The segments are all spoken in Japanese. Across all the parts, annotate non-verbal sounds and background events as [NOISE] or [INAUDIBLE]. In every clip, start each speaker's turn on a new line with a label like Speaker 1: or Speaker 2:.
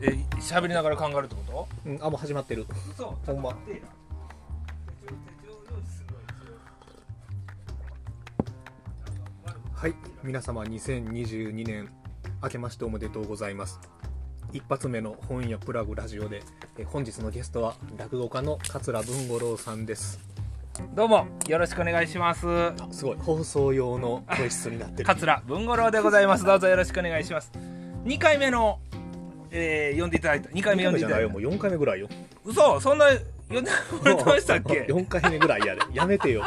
Speaker 1: え喋りながら考えるってこ
Speaker 2: うん、あもう始まってる
Speaker 3: そう
Speaker 2: ほんま
Speaker 3: 手だ手錠手錠のすごい
Speaker 2: はい皆様2022年明けましておめでとうございます一発目の本屋プラグラジオでえ本日のゲストは落語家の桂文五郎さんです
Speaker 1: とどうもよろしくお願いします
Speaker 2: すごい放送用の声質になってる
Speaker 1: 桂文五郎でございますどうぞよろしくお願いします2回目の、えー、呼んでいただいた2回
Speaker 2: 2
Speaker 1: 目
Speaker 2: 回
Speaker 1: 呼ん
Speaker 2: 目
Speaker 1: で
Speaker 2: じ
Speaker 1: い
Speaker 2: ゃ
Speaker 1: ただ
Speaker 2: ない
Speaker 1: い
Speaker 2: よ
Speaker 1: た
Speaker 2: もう4回目ぐらいよ
Speaker 1: 嘘そんな呼んでもらってましたっ
Speaker 2: [LAUGHS]
Speaker 1: け
Speaker 2: 4回目ぐらいやでやめてよ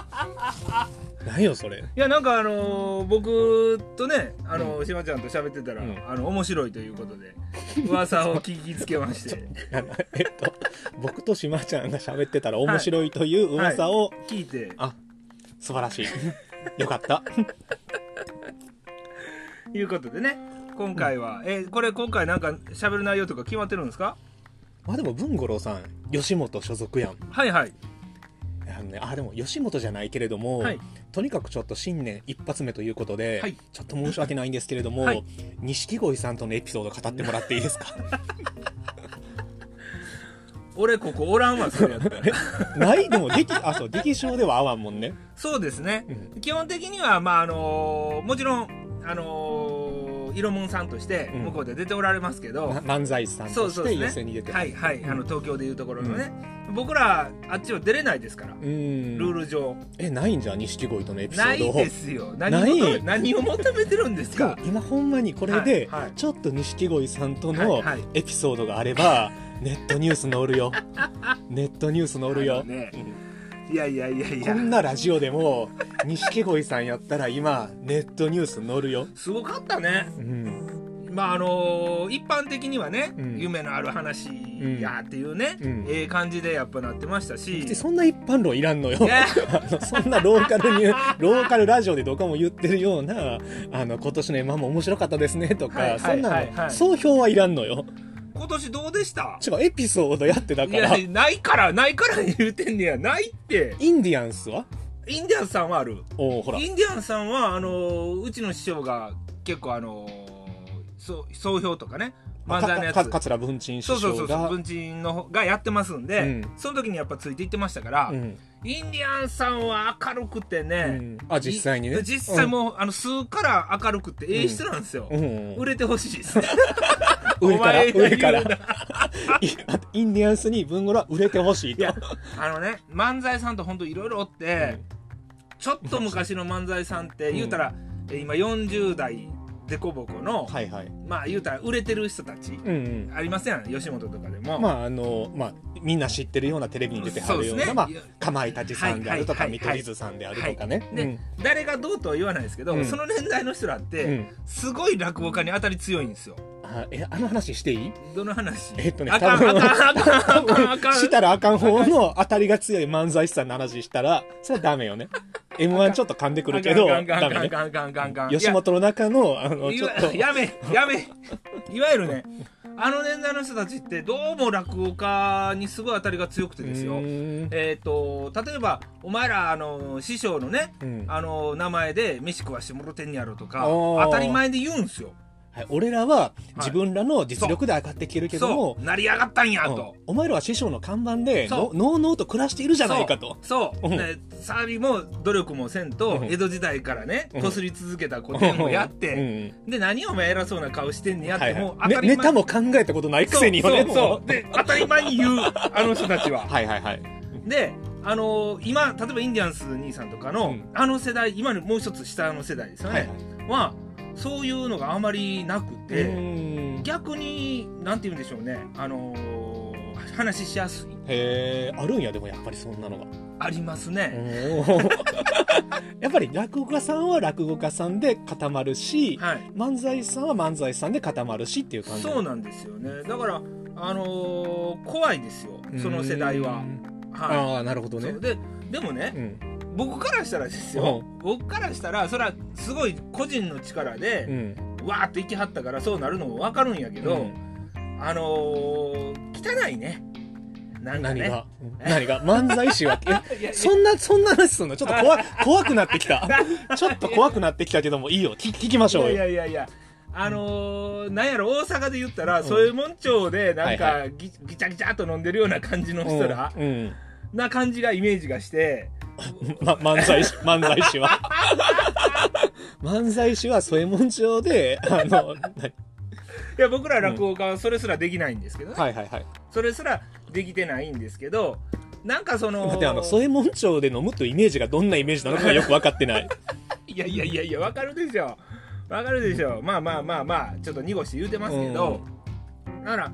Speaker 2: 何よそれ
Speaker 1: いやなんかあのー僕とねあのー島ちゃんと喋ってたら、
Speaker 2: うん
Speaker 1: あの面白いということで噂を聞きつけまして
Speaker 2: あのえっと僕と島ちゃんが喋ってたら面白いという噂を、
Speaker 1: 聞いて
Speaker 2: あ素晴らしいよかった
Speaker 1: いうことでね今回は、えーこれ今回なんか喋る内容とか決まってるんですか
Speaker 2: まあでも文五郎さん吉本所属やん
Speaker 1: はいはい
Speaker 2: あの、ね、あでも吉本じゃないけれども、
Speaker 1: はい
Speaker 2: とにかくちょっと新年一発目ということで、
Speaker 1: はい
Speaker 2: ちょっと申し訳ないんですけれども、
Speaker 1: はい
Speaker 2: 錦鯉さんとのエピソード語ってもらっていいですか [LAUGHS]
Speaker 1: 俺ここおらんわそれやったら
Speaker 2: ないでもできあそう出来賞では合わんもんね、
Speaker 1: [LAUGHS] そうですね
Speaker 2: う、ん
Speaker 1: 基本的にはまああのーもちろんあのー色もんさんとして
Speaker 2: うん
Speaker 1: 向こうで出ておられますけど、
Speaker 2: ま漫才師さん
Speaker 1: そ
Speaker 2: と
Speaker 1: うそ
Speaker 2: し
Speaker 1: うで
Speaker 2: て
Speaker 1: すね
Speaker 2: 予選に出て
Speaker 1: はいはい、
Speaker 2: うん
Speaker 1: あの東京でいうところのね、僕らあっちは出れないですから、
Speaker 2: うーん
Speaker 1: ルール上
Speaker 2: えないんじゃん錦鯉とのエピソ
Speaker 1: な
Speaker 2: ード
Speaker 1: い
Speaker 2: を
Speaker 1: ですよ何
Speaker 2: ない
Speaker 1: を求め何を求めてるんです
Speaker 2: でも
Speaker 1: か
Speaker 2: 今ほんまにこれで、
Speaker 1: はいはい
Speaker 2: ちょっと錦鯉さんと
Speaker 1: は
Speaker 2: の
Speaker 1: いはい
Speaker 2: エピソードがあ
Speaker 1: [LAUGHS]
Speaker 2: れば、ネットニュース載るよネットニュース載る
Speaker 1: あ
Speaker 2: よ、
Speaker 1: のね
Speaker 2: うん
Speaker 1: いやいやいやい
Speaker 2: こ
Speaker 1: や
Speaker 2: んなラジオでも錦鯉さんやったら今ネットニュース載るよ、
Speaker 1: すごかったね
Speaker 2: うん、
Speaker 1: まああのー一般的にはね、
Speaker 2: うん
Speaker 1: 夢のある話やっていうね、
Speaker 2: うん
Speaker 1: ええ感じでやっぱなってましたし、
Speaker 2: そんな一般論いらんのよ
Speaker 1: いや
Speaker 2: あの [LAUGHS] そんなローカルにローカルラジオでどこも言ってるようなあの今年の M−1 も面白かったですねとか、
Speaker 1: はいはい
Speaker 2: そんなの、
Speaker 1: はいはい
Speaker 2: 総評はいらんのよ
Speaker 1: 今年どうでした
Speaker 2: 違うエピソードやってだ
Speaker 1: い
Speaker 2: から
Speaker 1: や
Speaker 2: イ
Speaker 1: ないからないから言うてんねやないって
Speaker 2: ンディアンスは
Speaker 1: インディアンスさんはある
Speaker 2: おおほら
Speaker 1: インディアンスさんはあのーうちの師匠が結構あのーそう総評とかね漫才のやつ
Speaker 2: かか桂文鎮
Speaker 1: そ
Speaker 2: 師
Speaker 1: うそうそう
Speaker 2: 匠
Speaker 1: そう
Speaker 2: が
Speaker 1: 文鎮の方がやってますんで、
Speaker 2: うん
Speaker 1: その時にやっぱついていってましたから、
Speaker 2: うん
Speaker 1: インディアンスさんは明るくて
Speaker 2: う
Speaker 1: ね、
Speaker 2: んあ実際にね
Speaker 1: い実際もう、あの数から明るくてええ人なんですよ、
Speaker 2: うん、うん
Speaker 1: 売れてほしいですね
Speaker 2: [LAUGHS] 上から
Speaker 1: お前が言うな
Speaker 2: 上から [LAUGHS] いやインディアンスに文語は売れてほしい
Speaker 1: い
Speaker 2: と
Speaker 1: やあのね漫才さんと本当いろいろおって、ちょっと昔の漫才さんって言うたら、えー今40代でこぼこの、
Speaker 2: はいはい
Speaker 1: まあ言うたら売れてる人たち、
Speaker 2: うんうん
Speaker 1: ありません吉本とかでも、
Speaker 2: まああのまあみんな知ってるようなテレビに出てはるよう
Speaker 1: そうですね
Speaker 2: なまあ
Speaker 1: いや
Speaker 2: かまいたちさんであると
Speaker 1: は
Speaker 2: か
Speaker 1: いは
Speaker 2: 見
Speaker 1: いはいはい
Speaker 2: 取り図さんであるとかね
Speaker 1: で、誰がどうとは言わないですけど、
Speaker 2: うん
Speaker 1: その年代の人らっ
Speaker 2: う
Speaker 1: て、
Speaker 2: んうん
Speaker 1: すごい落語家に当たり強いんですよ
Speaker 2: あえあの話していい
Speaker 1: どの話
Speaker 2: えっとね
Speaker 1: あかん
Speaker 2: 多
Speaker 1: あ
Speaker 2: 分
Speaker 1: かんあかんあかんあかんあ
Speaker 2: [LAUGHS]
Speaker 1: かん
Speaker 2: したらあかん方の当たりが強い漫才師さんの話したらそれはダ
Speaker 1: [LAUGHS]
Speaker 2: メよね M1 ちょっと噛んでくるけど
Speaker 1: あかんあか
Speaker 2: ダ
Speaker 1: んあ
Speaker 2: メね
Speaker 1: かんあかんあかんあかん
Speaker 2: 吉本の中のあの
Speaker 1: い
Speaker 2: ちょっ
Speaker 1: や [LAUGHS]
Speaker 2: と
Speaker 1: やめやめいわゆるねあの年代の人たちってどうも落語家にすごい当たりが強くてです
Speaker 2: う
Speaker 1: よ
Speaker 2: ーん
Speaker 1: えっ、と例えばお前らあの師匠のね
Speaker 2: うん
Speaker 1: あの名前で飯食わしてもろてんやろとか
Speaker 2: おー
Speaker 1: 当たり前で言うんすよ
Speaker 2: はい俺らは自分らの実力で上がってきてるけども、
Speaker 1: そう成り上がったんや
Speaker 2: うん
Speaker 1: と、
Speaker 2: お前らは師匠の看板で
Speaker 1: そ
Speaker 2: の
Speaker 1: う
Speaker 2: のうのうと暮らしているじゃないかと
Speaker 1: そう、
Speaker 2: うん
Speaker 1: ねサービも努力もせんと、
Speaker 2: うん
Speaker 1: 江戸時代からね
Speaker 2: うん
Speaker 1: こすり続けた古典をやって、
Speaker 2: うん
Speaker 1: で何お前偉そうな顔してんねやって、
Speaker 2: はいはい
Speaker 1: もう当たり
Speaker 2: ね
Speaker 1: 前
Speaker 2: ネタも考えたことないくせによね
Speaker 1: そう
Speaker 2: も
Speaker 1: そう
Speaker 2: う
Speaker 1: [LAUGHS] そうで当たり前に言うあの人たちは
Speaker 2: はいはいはい
Speaker 1: [LAUGHS] であのー今例えばインディアンス兄さんとかの、
Speaker 2: うん
Speaker 1: あの世代今のもう一つ下の世代ですよ
Speaker 2: はいはい
Speaker 1: ね、はそういうのがあまりなく
Speaker 2: う
Speaker 1: て
Speaker 2: ーん
Speaker 1: 逆になんて言うんでしょうねあのー話しやすい
Speaker 2: へえあるんやでもやっぱりそん
Speaker 1: [LAUGHS]
Speaker 2: なのが
Speaker 1: あります
Speaker 2: お
Speaker 1: ね、
Speaker 2: ーやっぱり落語家さんは落語家さんで固まるし
Speaker 1: はい
Speaker 2: 漫才師さんは漫才師さんで固まるしっていう感じ
Speaker 1: そうなんですよねだからあのー怖いですよその世代
Speaker 2: う
Speaker 1: は
Speaker 2: ーん
Speaker 1: は
Speaker 2: ああなるほ
Speaker 1: い
Speaker 2: どね
Speaker 1: そうででもね、
Speaker 2: うん
Speaker 1: 僕からしたらですよ、
Speaker 2: う
Speaker 1: 僕からしたらそれはすごい個人の力で
Speaker 2: う、ん
Speaker 1: わーって行きはったからそうなるのも分かるんやけど、
Speaker 2: うん
Speaker 1: あのー、汚いねなんか
Speaker 2: 何
Speaker 1: ね
Speaker 2: が何
Speaker 1: [LAUGHS]
Speaker 2: が漫才師はえ
Speaker 1: いやいや
Speaker 2: そんな、そんな話すんのちょっ
Speaker 1: [LAUGHS]
Speaker 2: と怖、怖くなってきた。ちょっと怖くなってきたけども、いいよ。聞聞きましょう
Speaker 1: い
Speaker 2: よ。
Speaker 1: やいやいやあのーなんやろ大阪で言ったら、そういうもん町でなん
Speaker 2: はい
Speaker 1: かぎぎちゃぎちゃっと飲んでるような感じの人ら
Speaker 2: うんうん
Speaker 1: な感じがイメージがして
Speaker 2: ま、漫才師、漫才
Speaker 1: [LAUGHS]
Speaker 2: 師は。漫才師は添右衛門町で、あの、何
Speaker 1: いや僕ら落語家はそれすらできないんですけどね、
Speaker 2: はいはいはい。
Speaker 1: それすらできてないんですけどなんかその
Speaker 2: 待って、あの、添右衛門町で飲むというイメージがどんなイメージなのかよく分かっ
Speaker 1: [LAUGHS]
Speaker 2: てない。
Speaker 1: いやいやいやいや、わかるでしょ。わかるでしょ。まあまあまあまあ、ちょっと濁して言うてますけど、なら、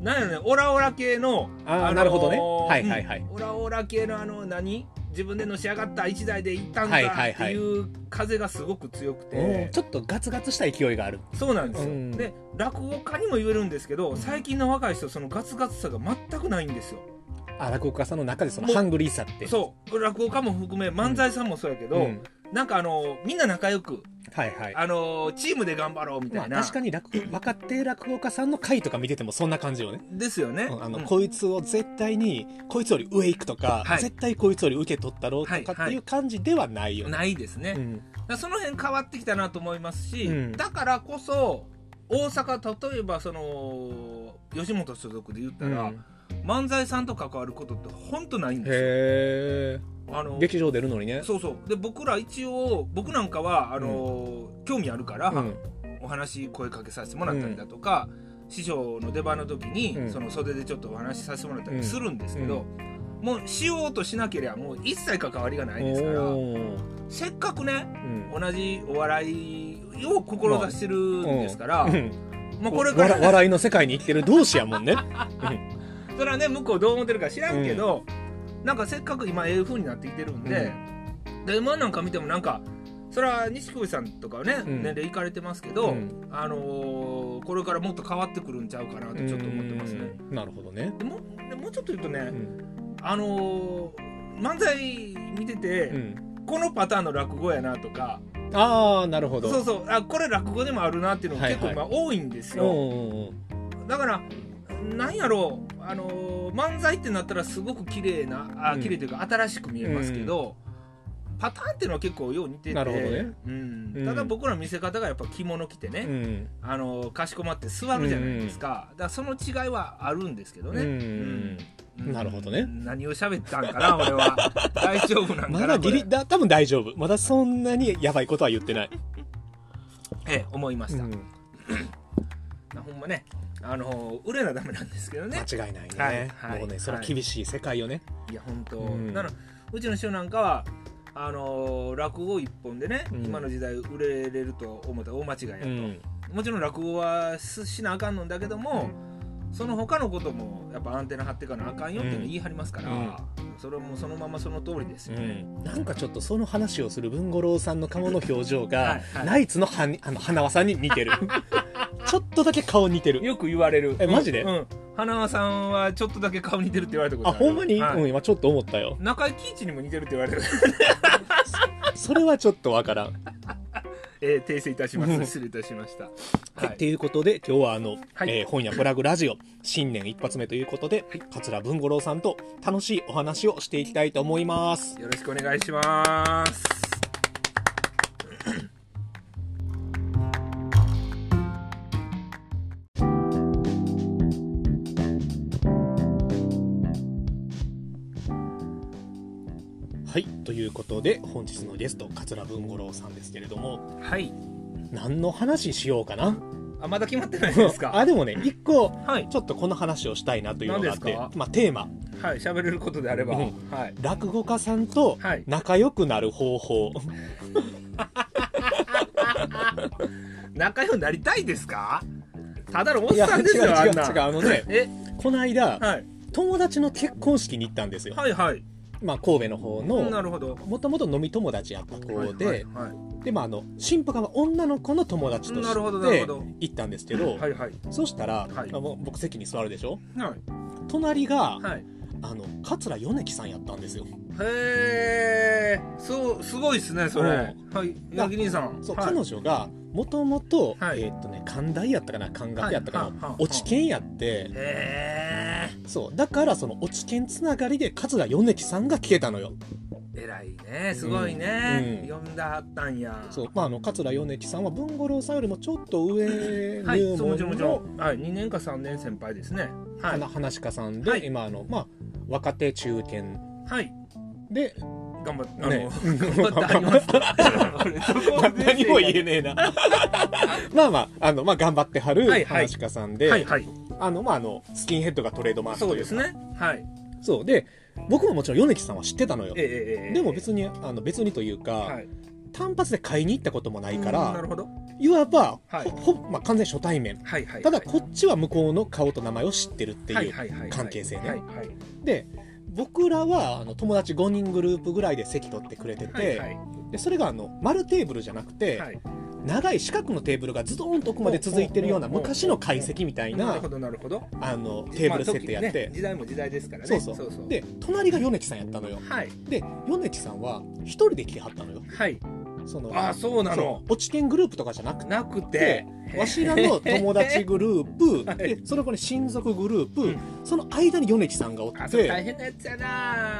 Speaker 1: なんやろね、オラオラ系の、
Speaker 2: あー
Speaker 1: のー
Speaker 2: なるほどねはいはいはい
Speaker 1: うんオラオラ系のあの、何自分でのし上がった一台で行ったん
Speaker 2: はいは
Speaker 1: だ
Speaker 2: い
Speaker 1: って
Speaker 2: はい
Speaker 1: いう風がすごく強くて、
Speaker 2: うんちょっとガツガツした勢いがある。
Speaker 1: そうなんですよ。
Speaker 2: うん
Speaker 1: で、落語家にも言えるんですけど、最近の若い人、そのガツガツさが全くないんですよ。
Speaker 2: あ、落語家さんの中でそのハングリーさって。
Speaker 1: そう、落語家も含め、漫才さんもそうやけど、
Speaker 2: うん
Speaker 1: なんかあのーみんな仲良く、
Speaker 2: はいはい。
Speaker 1: あのーチームで頑張ろうみ
Speaker 2: ま
Speaker 1: た
Speaker 2: あ、
Speaker 1: いな。
Speaker 2: 確かに落語若手落語家さんの回とか見ててもそんな感じよね。
Speaker 1: ですよね。
Speaker 2: うんあの
Speaker 1: うん
Speaker 2: こいつを絶対にこいつより上行くとか、
Speaker 1: はい
Speaker 2: 絶対こいつより受け取ったろうとか
Speaker 1: はいはい
Speaker 2: っていう感じではないよね。
Speaker 1: ないですね、
Speaker 2: う
Speaker 1: だか
Speaker 2: ん
Speaker 1: らその辺変わってきたなと思いますし、
Speaker 2: うん
Speaker 1: だからこそ大阪例えばその吉本所属で言ったら、
Speaker 2: うん
Speaker 1: 漫才さんと関わることってほんとないんですよ。
Speaker 2: へ
Speaker 1: あの
Speaker 2: え劇場出るのにね。
Speaker 1: そうそうで僕ら一応僕なんかはあの、興味あるから、
Speaker 2: うん
Speaker 1: お話声かけさせてもらったりだとか、師匠の出番の時に、
Speaker 2: うん
Speaker 1: その袖でちょっとお話しさせてもらったりするんですけど、もうしようとしなければもう一切関わりがないですから
Speaker 2: おー
Speaker 1: せっかくね
Speaker 2: うん
Speaker 1: 同じお笑いを志してるんですから、
Speaker 2: うん
Speaker 1: もうこれから
Speaker 2: わ笑いの世界に生きてる同士や
Speaker 1: [LAUGHS]
Speaker 2: もんね。
Speaker 1: それはね向こうどう思ってるか知らんけど、なんかせっかく今ええ風になってきてるんで、で m 1なんか見てもなんかそれは錦鯉さんとかはね、
Speaker 2: うん
Speaker 1: 年齢いかれてますけど、
Speaker 2: うん
Speaker 1: あのーこれからもっと変わってくるんちゃうかなとちょっと思ってますね。
Speaker 2: うんなるほどね。
Speaker 1: でもでもうちょっと言うとね、
Speaker 2: うん
Speaker 1: あのー漫才見てて、
Speaker 2: うん
Speaker 1: このパターンの落語やなとか
Speaker 2: ああなるほど。
Speaker 1: そうそうあこれ落語でもあるなっていうのが結構、
Speaker 2: はい
Speaker 1: ま
Speaker 2: は
Speaker 1: あ、多いんですよ。
Speaker 2: うんうんうん
Speaker 1: だからなんやろう、あのー漫才ってなったらすごく綺麗なあ
Speaker 2: うん
Speaker 1: 綺麗というか新しく見えますけど、パターンっていうのは結構よう似てて
Speaker 2: なるほどね
Speaker 1: うん
Speaker 2: うん
Speaker 1: ただ僕ら見せ方がやっぱ着物着てね、
Speaker 2: うん
Speaker 1: あのーかしこまって座るじゃないですか、だからその違いはあるんですけどね、
Speaker 2: うん
Speaker 1: うん
Speaker 2: なるほどね
Speaker 1: 何を喋ったんかな俺は大丈夫なんかな
Speaker 2: まだギ
Speaker 1: こ
Speaker 2: リだ多分大丈夫。まだそんなにやばいことは言ってない。
Speaker 1: れええ思いました、
Speaker 2: うん
Speaker 1: ほんまねあのー売れなダメなんですけどね
Speaker 2: 間違いないね、
Speaker 1: はいはい
Speaker 2: もうねそれは厳しい世界よね、
Speaker 1: いや本当、
Speaker 2: うん
Speaker 1: なのうちの師匠なんかはあのー落語一本でね、
Speaker 2: うん
Speaker 1: 今の時代売れれると思ったら大間違いやと、
Speaker 2: うん
Speaker 1: もちろん落語はすしなあかんのんだけども、その他のこともやっぱアンテナ張ってかなあかんよっていうの言い張りますから、
Speaker 2: うん
Speaker 1: それもそのままその通りですよね、
Speaker 2: なんかちょっとその話をする文五郎さんの顔の表情が
Speaker 1: はいはい
Speaker 2: ナイツのはにあの花輪さんに似
Speaker 1: [LAUGHS]
Speaker 2: てるちょっとだけ顔似てる
Speaker 1: よく言われる
Speaker 2: えマジで
Speaker 1: うんうん花輪さんはちょっとだけ顔似てるって言われたこと
Speaker 2: あ
Speaker 1: ある
Speaker 2: ほんまに、
Speaker 1: はい
Speaker 2: うん、今ちょっと思ったよ
Speaker 1: 中井貴一にも似てるって言われた [LAUGHS]
Speaker 2: それはちょっとわからん、
Speaker 1: えー訂正いたしま
Speaker 2: うん
Speaker 1: す失礼いたしました
Speaker 2: はい
Speaker 1: はい
Speaker 2: っていうことで今日はあの、
Speaker 1: はい
Speaker 2: えー本屋プラグラジオ新年一発目ということで、桂文五郎さんと楽しいお話をしていきたいと思います
Speaker 1: よろしくお願いします
Speaker 2: はいということで本日のゲスト桂文五郎さんですけれども
Speaker 1: はい
Speaker 2: 何の話しようかな
Speaker 1: あまだ決まってないですか
Speaker 2: あでもね一個
Speaker 1: はい
Speaker 2: ちょっとこの話をしたいなというのがあっ
Speaker 1: 何
Speaker 2: て
Speaker 1: ですか
Speaker 2: まあ、テーマ
Speaker 1: はい喋れることであれば、
Speaker 2: うん
Speaker 1: はい
Speaker 2: 落語家さんと
Speaker 1: はい
Speaker 2: 仲良くなる方法
Speaker 1: 仲良くなりたいですかただのおっ
Speaker 2: いや
Speaker 1: さん
Speaker 2: 違う
Speaker 1: です
Speaker 2: 違う
Speaker 1: よあんな
Speaker 2: 違うあのね
Speaker 1: え
Speaker 2: この間、
Speaker 1: はい
Speaker 2: 友達の結婚式に行ったんですよ、
Speaker 1: はいはい
Speaker 2: まあ、神戸の方
Speaker 1: な
Speaker 2: の
Speaker 1: るほど
Speaker 2: もともと飲み友達やった子で、
Speaker 1: はいはいは
Speaker 2: でまああの新婦が女の子の友達と
Speaker 1: なるほど
Speaker 2: し
Speaker 1: なる
Speaker 2: て
Speaker 1: ほど
Speaker 2: 行ったんですけど、
Speaker 1: いはいはい
Speaker 2: そしたら、
Speaker 1: はい
Speaker 2: まあもう僕席に座るでしょ
Speaker 1: はい
Speaker 2: 隣が、
Speaker 1: はい
Speaker 2: あの桂米木さんやったんですよ
Speaker 1: へえそうすごいですねそれはい
Speaker 2: だ
Speaker 1: ヤギ兄さん
Speaker 2: そう、
Speaker 1: はい
Speaker 2: 彼女がもともと、
Speaker 1: はい
Speaker 2: えーっとね、寛大やったかな、漢学やったか
Speaker 1: はいはい
Speaker 2: な
Speaker 1: はい、
Speaker 2: 落ち研やって、
Speaker 1: へ
Speaker 2: そう、だからその落ち研つながりで、桂米木さんが聞けたのよ。
Speaker 1: え偉いねすごいね、
Speaker 2: うん
Speaker 1: 読んだあったんや
Speaker 2: そうまあ、あの桂米吉さんは文五郎さんよりもちょっと上
Speaker 1: はい
Speaker 2: 入
Speaker 1: そうも
Speaker 2: 門
Speaker 1: ちろんもち
Speaker 2: の
Speaker 1: ろん、はい、2年か3年先輩ですねは
Speaker 2: はいな話し家さんで、
Speaker 1: はい
Speaker 2: 今あの、まあ、若手中堅
Speaker 1: はい [LAUGHS]
Speaker 2: で、
Speaker 1: 頑張ってあの、
Speaker 2: ね、
Speaker 1: [LAUGHS] 頑張ってあります俺そこは全然
Speaker 2: 何も言えねえな [LAUGHS] まあまああの、まあ、頑張っては
Speaker 1: は
Speaker 2: る
Speaker 1: いはい
Speaker 2: 話し家さんで、
Speaker 1: はいはい
Speaker 2: あのまあ、あのスキンヘッドがトレードマークと
Speaker 1: そうで
Speaker 2: いうか
Speaker 1: すねはい
Speaker 2: そうで僕ももちろん米吉さんは知ってたのよ
Speaker 1: ええええええ
Speaker 2: でも別にあの別にというか、
Speaker 1: はい
Speaker 2: 単発で買いに行ったこともないか
Speaker 1: うんな
Speaker 2: ら
Speaker 1: るほど
Speaker 2: いわば、
Speaker 1: はい
Speaker 2: ほほまあ、完全初対面
Speaker 1: はいはい
Speaker 2: ただ
Speaker 1: はい
Speaker 2: こっちは向こうの顔と名前を知ってるって
Speaker 1: はいいうはいはいはい
Speaker 2: 関係性ね
Speaker 1: はいはい
Speaker 2: で僕らはあの友達5人グループぐらいで席取ってくれてて、
Speaker 1: はいはい
Speaker 2: でそれがあの丸テーブルじゃなくて、
Speaker 1: はい
Speaker 2: 長い四角のテーブルがズドーンと奥まで続いてるような
Speaker 1: おおおお
Speaker 2: 昔の解析みたい
Speaker 1: な
Speaker 2: な
Speaker 1: るほどなるほど
Speaker 2: あのテーブル設定やっ
Speaker 1: まあ時
Speaker 2: て、
Speaker 1: ね時代も時代ですからね
Speaker 2: そうそうで隣が米木さんやったのよ
Speaker 1: はい
Speaker 2: で米木さんは一人で来てはったのよ
Speaker 1: はい
Speaker 2: その
Speaker 1: ああそうなの
Speaker 2: そう落ちングループとかじゃなくて
Speaker 1: なくて
Speaker 2: でわしらの友達グル
Speaker 1: [LAUGHS]
Speaker 2: ープ、でその子に親族グループ、
Speaker 1: うん
Speaker 2: その間に米木さんがお
Speaker 1: あ
Speaker 2: っ
Speaker 1: そう
Speaker 2: て
Speaker 1: 大変なやつやな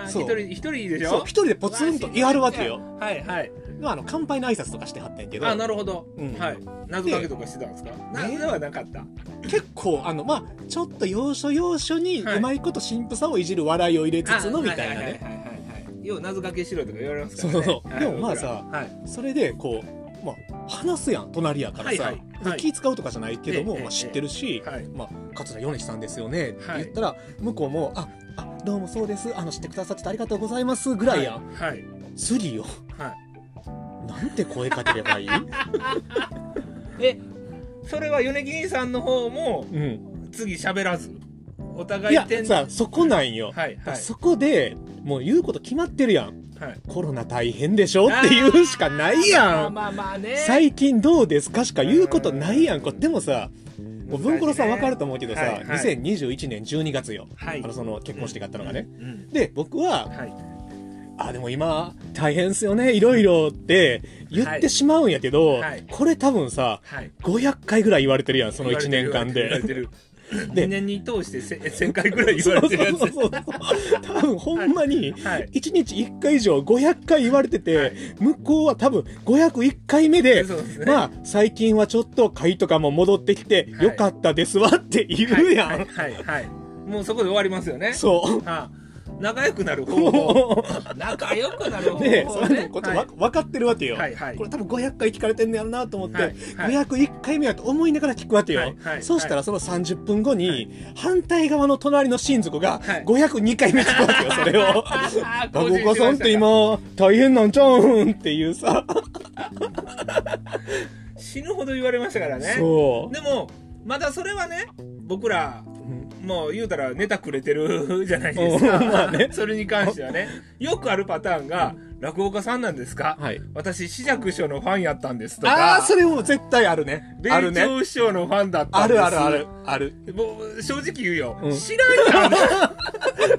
Speaker 1: 一
Speaker 2: そう
Speaker 1: 人一人でし
Speaker 2: そう
Speaker 1: ょ
Speaker 2: 一人でポツンと言い張るわけよ
Speaker 1: はいはい
Speaker 2: まああの乾杯の挨拶とかしてはったんやけど
Speaker 1: あなるほど
Speaker 2: うん
Speaker 1: はい謎かけとかしてたんですか謎ではなかった
Speaker 2: 結構あのまあちょっと要所要所に
Speaker 1: はいう
Speaker 2: まいこと神父さんをいじる笑いを入れつつの
Speaker 1: あ
Speaker 2: みたいな
Speaker 1: はは
Speaker 2: ね
Speaker 1: ははいはいよう謎かけしろとか言われますから
Speaker 2: そう
Speaker 1: ね
Speaker 2: そう
Speaker 1: はい
Speaker 2: でもまあ
Speaker 1: 僕ら
Speaker 2: さ
Speaker 1: はい
Speaker 2: それでこう、まあ、話すやん隣やからさ、
Speaker 1: はいはいはい
Speaker 2: で気使うとかじゃないけども、
Speaker 1: ええ
Speaker 2: まあ、
Speaker 1: ええ
Speaker 2: 知ってるし、
Speaker 1: はい
Speaker 2: まあ、桂米吉さんですよねって
Speaker 1: はい
Speaker 2: 言ったら、向こうも「ああどうもそうですあの知ってくださっててありがとうございます」ぐらいやん、
Speaker 1: はい
Speaker 2: 次よ
Speaker 1: はい
Speaker 2: なんて声かければいい、
Speaker 1: えそれは米木さんの方も
Speaker 2: うん、
Speaker 1: 次喋らずお
Speaker 2: い
Speaker 1: 互い
Speaker 2: や
Speaker 1: 点
Speaker 2: さそこなんよ、
Speaker 1: はいはい
Speaker 2: そこでもう言うこと決まってるやん
Speaker 1: はい
Speaker 2: コロナ大変でしょっていうしかないやん
Speaker 1: まあまあまあね
Speaker 2: 最近どうですかしか言うことないやんこれでもさ
Speaker 1: 後
Speaker 2: もう文五郎さん分かると思うけどさ、
Speaker 1: はいはい
Speaker 2: 2021年12月よ、
Speaker 1: はい
Speaker 2: あのその結婚式があったのがね、
Speaker 1: うん
Speaker 2: で僕は
Speaker 1: はい
Speaker 2: 「あでも今大変っすよねいろいろ」って言ってしまうんやけど、
Speaker 1: はい
Speaker 2: これ多分さ
Speaker 1: はい
Speaker 2: 500回ぐらい言われてるやんその1年間
Speaker 1: 言われ
Speaker 2: で。
Speaker 1: てる
Speaker 2: で
Speaker 1: 2年に通してせ1000回ぐらい言われてるやつ
Speaker 2: そうそうそうそう多分ほんまに
Speaker 1: はい
Speaker 2: 1日1回以上500回言われてて、向こうは多分501回目で
Speaker 1: そうですね
Speaker 2: まあ最近はちょっと会とかも戻ってきて、
Speaker 1: はい
Speaker 2: よかったですわって言うやん、
Speaker 1: はいはいはいはいもうそこで終わりますよね
Speaker 2: そう
Speaker 1: あ仲良くなる方
Speaker 2: [LAUGHS]
Speaker 1: 法仲良くなる方法
Speaker 2: で
Speaker 1: ね
Speaker 2: それのことわ、分かってるわけよ、
Speaker 1: はいはい
Speaker 2: これ多分500回聞かれてんねやろなと思って、
Speaker 1: はいはい
Speaker 2: 501回目やと思いながら聞くわけよ、
Speaker 1: はいはい
Speaker 2: そうした
Speaker 1: は
Speaker 2: らその30分後に、反対側の隣の親族が
Speaker 1: はい
Speaker 2: 502回目聞くわけよそ
Speaker 1: [LAUGHS]
Speaker 2: れを
Speaker 1: あ
Speaker 2: 「
Speaker 1: 更
Speaker 2: 孫
Speaker 1: 新しま
Speaker 2: 子
Speaker 1: した
Speaker 2: さんって今大変なんちゃうん」っていうさ、
Speaker 1: 死ぬほど言われましたからね
Speaker 2: そう、
Speaker 1: でもまだそれはね僕らもう言うたらネタくれてるじゃないです
Speaker 2: うんまあ
Speaker 1: か、
Speaker 2: ね
Speaker 1: [LAUGHS] それに関してはねよくあるパターンが「落語家さんなんですか
Speaker 2: はい
Speaker 1: 私紫尺師匠のファンやったんです」と
Speaker 2: ああ
Speaker 1: か
Speaker 2: ーそれも絶対あるね
Speaker 1: 「
Speaker 2: あ
Speaker 1: 米
Speaker 2: るね
Speaker 1: 朝師匠のファンだった
Speaker 2: あ
Speaker 1: んです
Speaker 2: る」あるあるある
Speaker 1: もう正直言うよ、
Speaker 2: うん
Speaker 1: 知ら
Speaker 2: [LAUGHS]
Speaker 1: んやん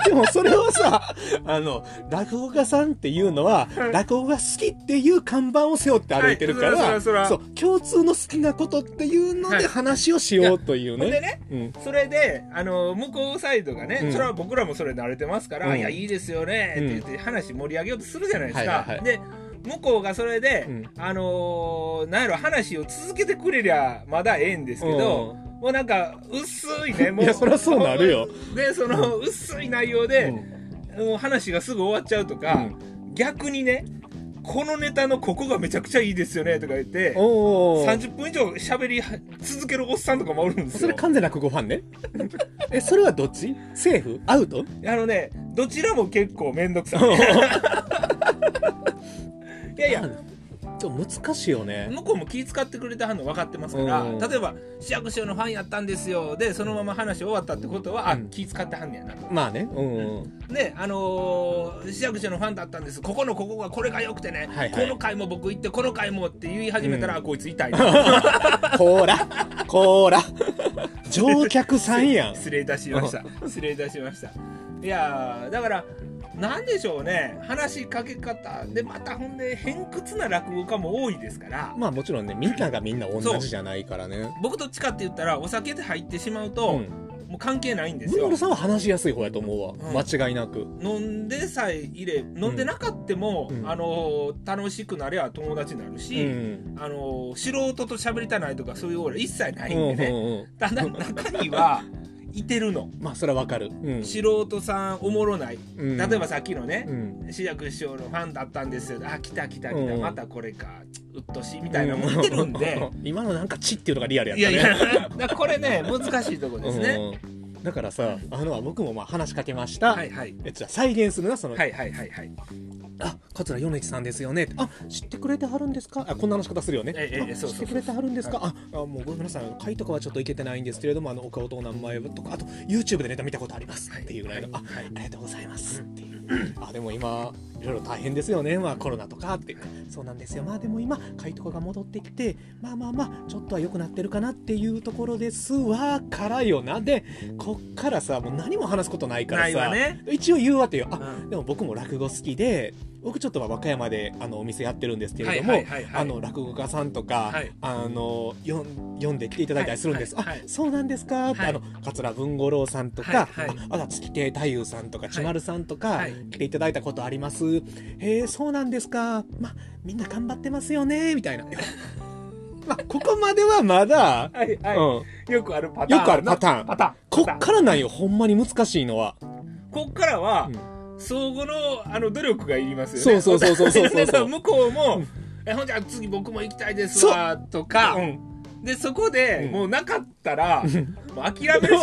Speaker 2: でもそれを [LAUGHS] さ、あの、落語家さんっていうのは、落語が好きっていう看板を背負って歩いてるから、
Speaker 1: はいそらそらそら
Speaker 2: う、共通の好きなことっていうの
Speaker 1: はい
Speaker 2: で話をしようという
Speaker 1: ほんで
Speaker 2: ね。
Speaker 1: ね
Speaker 2: うん。
Speaker 1: それであの向こうサイドがね、
Speaker 2: うん
Speaker 1: それは僕らもそれ慣れてますから「
Speaker 2: うん
Speaker 1: いやいいですよね」って言って話盛り上げようとするじゃないですか、
Speaker 2: はいはいはい
Speaker 1: で向こうがそれで、
Speaker 2: うん
Speaker 1: あのーなんやろ話を続けてくれりゃまだええんですけど、もうなんか薄いねもう
Speaker 2: [LAUGHS] いやそりゃそうなるよ
Speaker 1: でその薄い内容
Speaker 2: う
Speaker 1: で、
Speaker 2: ん
Speaker 1: もう話がすぐ終わっちゃうとか、逆にねこのネタのここがめちゃくちゃいいですよねとか言って
Speaker 2: おー
Speaker 1: 30分以上喋りは続けるおっさんとかもおるんです
Speaker 2: そ
Speaker 1: よ
Speaker 2: れ完全落語ファンね。 [LAUGHS] え、それはどっちセーフアウト
Speaker 1: あのね、どちらも結構めんどくさい。いやいや、
Speaker 2: ちょっと難しいよね。
Speaker 1: [LAUGHS] 向こうも気遣ってくれたはんの分かってますから、
Speaker 2: うん
Speaker 1: 例えば、市役所のファンやったんですよ、で、そのまま話終わったってことは、あ、
Speaker 2: うん
Speaker 1: 気遣ってはんねやなと。
Speaker 2: まあね。うん。
Speaker 1: で、あのー市役所のファンだったんです、ここのここがこれが良くてね、
Speaker 2: はいは
Speaker 1: こ
Speaker 2: い
Speaker 1: の回も僕行って、この回もって言い始めたら、あこいつ痛い
Speaker 2: [LAUGHS]
Speaker 1: な。
Speaker 2: こ
Speaker 1: [LAUGHS]
Speaker 2: ーら、こーら。乗客さんやん。
Speaker 1: 失礼いたしました。失礼いたしました。いやー、だから、なんでしょうね、話しかけ方で、またほんで、偏屈な落語家も多いですから。
Speaker 2: まあもちろんね、みんながみんな同じじゃないからね。
Speaker 1: 僕どっちかって言ったらお酒で入ってしまう
Speaker 2: う
Speaker 1: と、
Speaker 2: ん
Speaker 1: もう関係ないんです
Speaker 2: 文
Speaker 1: よ
Speaker 2: 丸さんは話しやすい方やと思うわ、
Speaker 1: うん
Speaker 2: 間違いなく
Speaker 1: 飲んでさえいれ飲んでなかっても、
Speaker 2: うん
Speaker 1: あの楽しくなりゃ友達になる
Speaker 2: う
Speaker 1: し、
Speaker 2: ん
Speaker 1: あの素人と喋りたないとかそういうオーラ一切な
Speaker 2: う
Speaker 1: い
Speaker 2: んうん
Speaker 1: でね、
Speaker 2: ん
Speaker 1: ただ中にはいてるの
Speaker 2: まあそれはわかる、うん
Speaker 1: 素人さんおもろない
Speaker 2: うん
Speaker 1: 例えばさっきのね
Speaker 2: う、ん
Speaker 1: 志らく師匠のファンだったんですよあ来た来た来た、
Speaker 2: うん
Speaker 1: またこれかうっとしいみたいなのもいてるんで、
Speaker 2: 今のなんか「チ」っていうのがリアルやった
Speaker 1: い
Speaker 2: ね
Speaker 1: やいやだ [LAUGHS] からこれね難しいとこですね、
Speaker 2: うんうんだからさあの僕もまあ話しかけました、
Speaker 1: はいはい
Speaker 2: えじゃあ再現するなその、
Speaker 1: はいはいはいはい
Speaker 2: あ桂米一さんですよねあ知ってくれてはるんですかあこんなの仕方するよね、
Speaker 1: ええええ
Speaker 2: あ
Speaker 1: そう
Speaker 2: 知
Speaker 1: そうそ
Speaker 2: っ
Speaker 1: う
Speaker 2: てくれてはるんですか、ああもうごめんなさい会とかはちょっといけてないんですけれどもあのお顔とお名前とかあと YouTube でネタ見たことあります、っていうぐらいの、あありがとうございますっていう、あでも今いろいろ大変ですよねまあコロナとかってそうなんですよまあでも今会とかが戻ってきてまあまあまあちょっとは良くなってるかなっていうところですわからよなでこっからさもう何も話すことないか
Speaker 1: な
Speaker 2: らさ
Speaker 1: いわね
Speaker 2: 一応言うわけよあ
Speaker 1: うん
Speaker 2: でも僕も落語好きで僕ちょっとまあ和歌山であのお店やってるんですけれども、
Speaker 1: はいはいはいはい
Speaker 2: あの落語家さんとか、
Speaker 1: はい
Speaker 2: あのよん読んで来ていただいたりするんです、
Speaker 1: はいはいはい
Speaker 2: あそうなんですか、って
Speaker 1: はい
Speaker 2: あの桂文五郎さんと
Speaker 1: は
Speaker 2: か、
Speaker 1: いはい
Speaker 2: ああとは月亭太夫さんとか千丸さんとか、
Speaker 1: はい
Speaker 2: 来ていただいたことあります、へえそうなんですかまあみんな頑張ってますよねみたいな [LAUGHS] まあここまではまだ、
Speaker 1: はいはい、
Speaker 2: うん、
Speaker 1: よくあるパターン
Speaker 2: よくあるパターン
Speaker 1: パターン
Speaker 2: こっからなんよほんまに難しいのは。
Speaker 1: こっからは、
Speaker 2: うん
Speaker 1: 相互のあの努力がいりますよね。
Speaker 2: そうそうそうそうそうそう
Speaker 1: お互い [LAUGHS] だから向こう
Speaker 2: う
Speaker 1: も
Speaker 2: ん、
Speaker 1: えほんじゃあ次僕も行きたいですわとか、
Speaker 2: うん
Speaker 1: でそこで、
Speaker 2: うん
Speaker 1: もうなかったら、
Speaker 2: ん
Speaker 1: もう諦める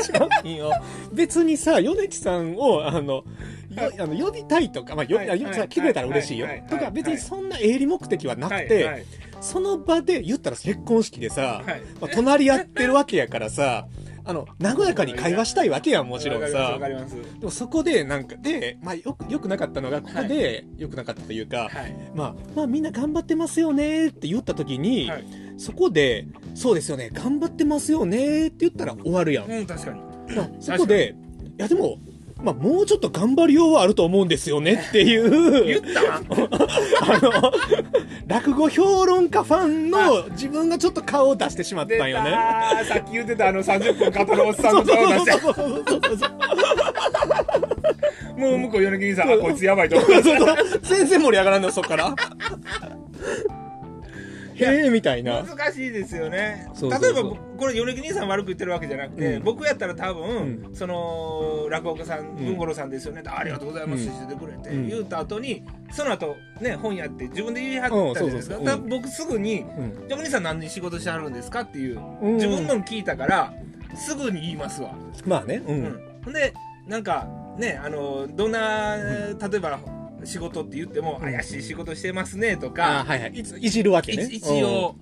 Speaker 1: しかない。
Speaker 2: いいよ
Speaker 1: [LAUGHS]
Speaker 2: 別にさ米地さんをあのよあの呼びたいとか、まあよ
Speaker 1: はい
Speaker 2: あよ
Speaker 1: はい
Speaker 2: さ来てくれたら嬉しいよ
Speaker 1: はいはい
Speaker 2: とか
Speaker 1: はい
Speaker 2: 別にそんな営利目的はなくて、
Speaker 1: はい
Speaker 2: その場で言ったら結婚式でさ、
Speaker 1: はい
Speaker 2: まあ隣り合ってるわけやからさあの和やかに会話したいわけやんもちろんさ
Speaker 1: わかります。わか
Speaker 2: でもそこでなんかで、まあ、よくよくなかったのがここで、よくなかったというか、
Speaker 1: りますはい
Speaker 2: まあ、まあみんな頑張ってますよねって言った時に、
Speaker 1: はい
Speaker 2: そこで「そうですよね頑張ってますよね」って言ったら終わるやん。
Speaker 1: うん確かに。
Speaker 2: まあ [CLEARS THROAT] そこで、いやでも、まあ、もうちょっと頑張りようはあると思うんですよねってい
Speaker 1: 言
Speaker 2: う、
Speaker 1: ったな。
Speaker 2: あの、 [LAUGHS] 落語評論家ファンの自分がちょっと顔を出してしまったん
Speaker 1: 出
Speaker 2: よ
Speaker 1: た
Speaker 2: ね。
Speaker 1: ーさっき言ってたあの30分肩のおっさん
Speaker 2: そう
Speaker 1: の顔出
Speaker 2: そう
Speaker 1: して
Speaker 2: そうそうそうそうそう
Speaker 1: もう向こう米木さんあこいつやばいと思う
Speaker 2: そうそう全然盛り上がらんのそ
Speaker 1: [LAUGHS]
Speaker 2: っからへえみたいな
Speaker 1: 難しいですよね
Speaker 2: そうそうそう
Speaker 1: 例えばこれ米木兄さん悪く言ってるわけじゃなくて、
Speaker 2: うん
Speaker 1: 僕やったら多分、その落語家さん
Speaker 2: ん
Speaker 1: 文五郎さんですよね、ありがとうございます、
Speaker 2: うん
Speaker 1: してくれて、
Speaker 2: うん
Speaker 1: 言うた後にその後ね本やって自分で言い張ったじゃないですか,、
Speaker 2: うんそうそうそう
Speaker 1: 僕すぐに
Speaker 2: う
Speaker 1: 「
Speaker 2: ん
Speaker 1: じゃあお兄さん何に仕事してはるんですか?」っていう、
Speaker 2: うん
Speaker 1: 自分の聞いたからすぐに言いますわ。
Speaker 2: まあねう
Speaker 1: うんんほんでなんかねあのどんな、例えば仕事って言っても「怪しい仕事してますね」とか、
Speaker 2: あはいはいいついじるわけね
Speaker 1: 一一応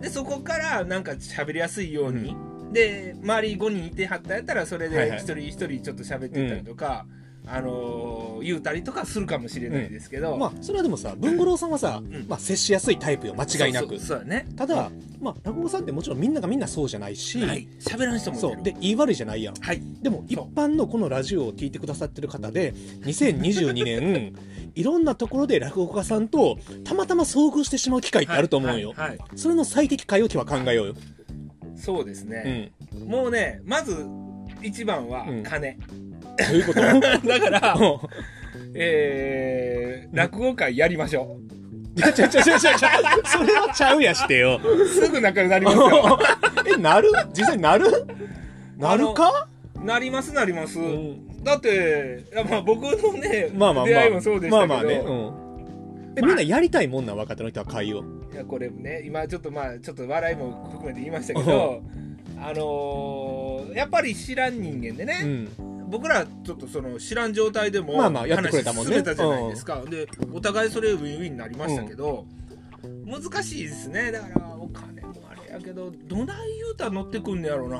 Speaker 1: でそこからなんか喋りやすいように、で周り5人いてはったやったらそれ
Speaker 2: はい
Speaker 1: で
Speaker 2: はい
Speaker 1: 一人一人ちょっと喋ってたりとか、あのー言うたりとかするかもしれないですけど、
Speaker 2: うんまあそれはでもさ文五郎さんはさ、
Speaker 1: ん
Speaker 2: まあ、接しやすいタイプよ間違いなく
Speaker 1: そうそうそうやね
Speaker 2: ただ、まあ、落語さんってもちろんみんながみんなそうじゃないし、
Speaker 1: はい喋らん人もいてる
Speaker 2: そうで言い悪いじゃないやん
Speaker 1: はい
Speaker 2: でも一般のこのラジオを聞いてくださってる方で2022年 [LAUGHS] いろんなところで落語家さんとたまたま遭遇してしまう機会ってあると思うよ、
Speaker 1: はいはいは
Speaker 2: それの最適解を今日は考えようよ、
Speaker 1: いそうです
Speaker 2: う
Speaker 1: ね、
Speaker 2: ん、
Speaker 1: もうねまず一番は
Speaker 2: うん
Speaker 1: 金、
Speaker 2: どういうこと
Speaker 1: [LAUGHS]
Speaker 2: だ
Speaker 1: だか
Speaker 2: [LAUGHS]
Speaker 1: ら、
Speaker 2: うん
Speaker 1: えー、落語会やりましょ
Speaker 2: いやちゃちゃちゃちゃちゃそれはちゃうやしてよ
Speaker 1: うすぐ仲良くなりますよ
Speaker 2: [LAUGHS] えなる実際なるなるか、
Speaker 1: なりますなります、
Speaker 2: うん
Speaker 1: だっていやまあ僕のね、
Speaker 2: まあまあまあ
Speaker 1: 出会いもそうでしたけど、
Speaker 2: まあまあね、うんでみんなやりたいもんなん若手の人は会を
Speaker 1: いやこれね今ちょっとまあちょっと笑いも含めて言いましたけどあのーやっぱり知らん人間で
Speaker 2: う
Speaker 1: ね、
Speaker 2: ん
Speaker 1: 僕らちょっとその知らん状態でも
Speaker 2: まあまあやってくれたもんね
Speaker 1: 話進めたじゃないですか、でお互いそれウィンウィンになりましたけど、難しいですねだからお金もあれやけどどない言うたら乗ってくんねやろな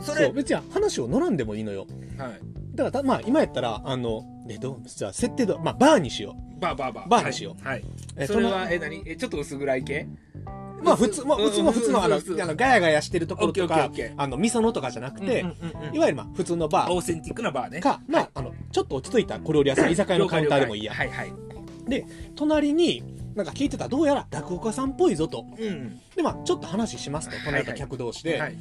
Speaker 1: それ
Speaker 2: そう別に話を乗らんでもいいのよ
Speaker 1: はい
Speaker 2: だからたまあ今やったらあのえどうじゃあ設定どうまあバーにしよう
Speaker 1: バーバーバー
Speaker 2: バーにしよ
Speaker 1: はい、はい
Speaker 2: え
Speaker 1: それ
Speaker 2: の
Speaker 1: はえ何えちょっと薄暗い系
Speaker 2: まあ普通まあ
Speaker 1: うん
Speaker 2: 普通の普通のあの
Speaker 1: 普通
Speaker 2: あのガヤガヤしてるところと
Speaker 1: オッケー
Speaker 2: か
Speaker 1: オッケーオッケ
Speaker 2: あのみそのとかじゃなくて、
Speaker 1: うんうんうんうん
Speaker 2: いわゆるまあ普通のバ
Speaker 1: オ
Speaker 2: ー
Speaker 1: ーセンティックなバーね
Speaker 2: か、まあ、あのちょっと落ち着いた小料理屋さん居酒屋のカウンターでもいいや、
Speaker 1: はいはい
Speaker 2: で隣になんか聞いてたらどうやら落語家さんっぽいぞと
Speaker 1: うん
Speaker 2: でまあちょっと話しますと
Speaker 1: はい
Speaker 2: この間客同士で、
Speaker 1: はい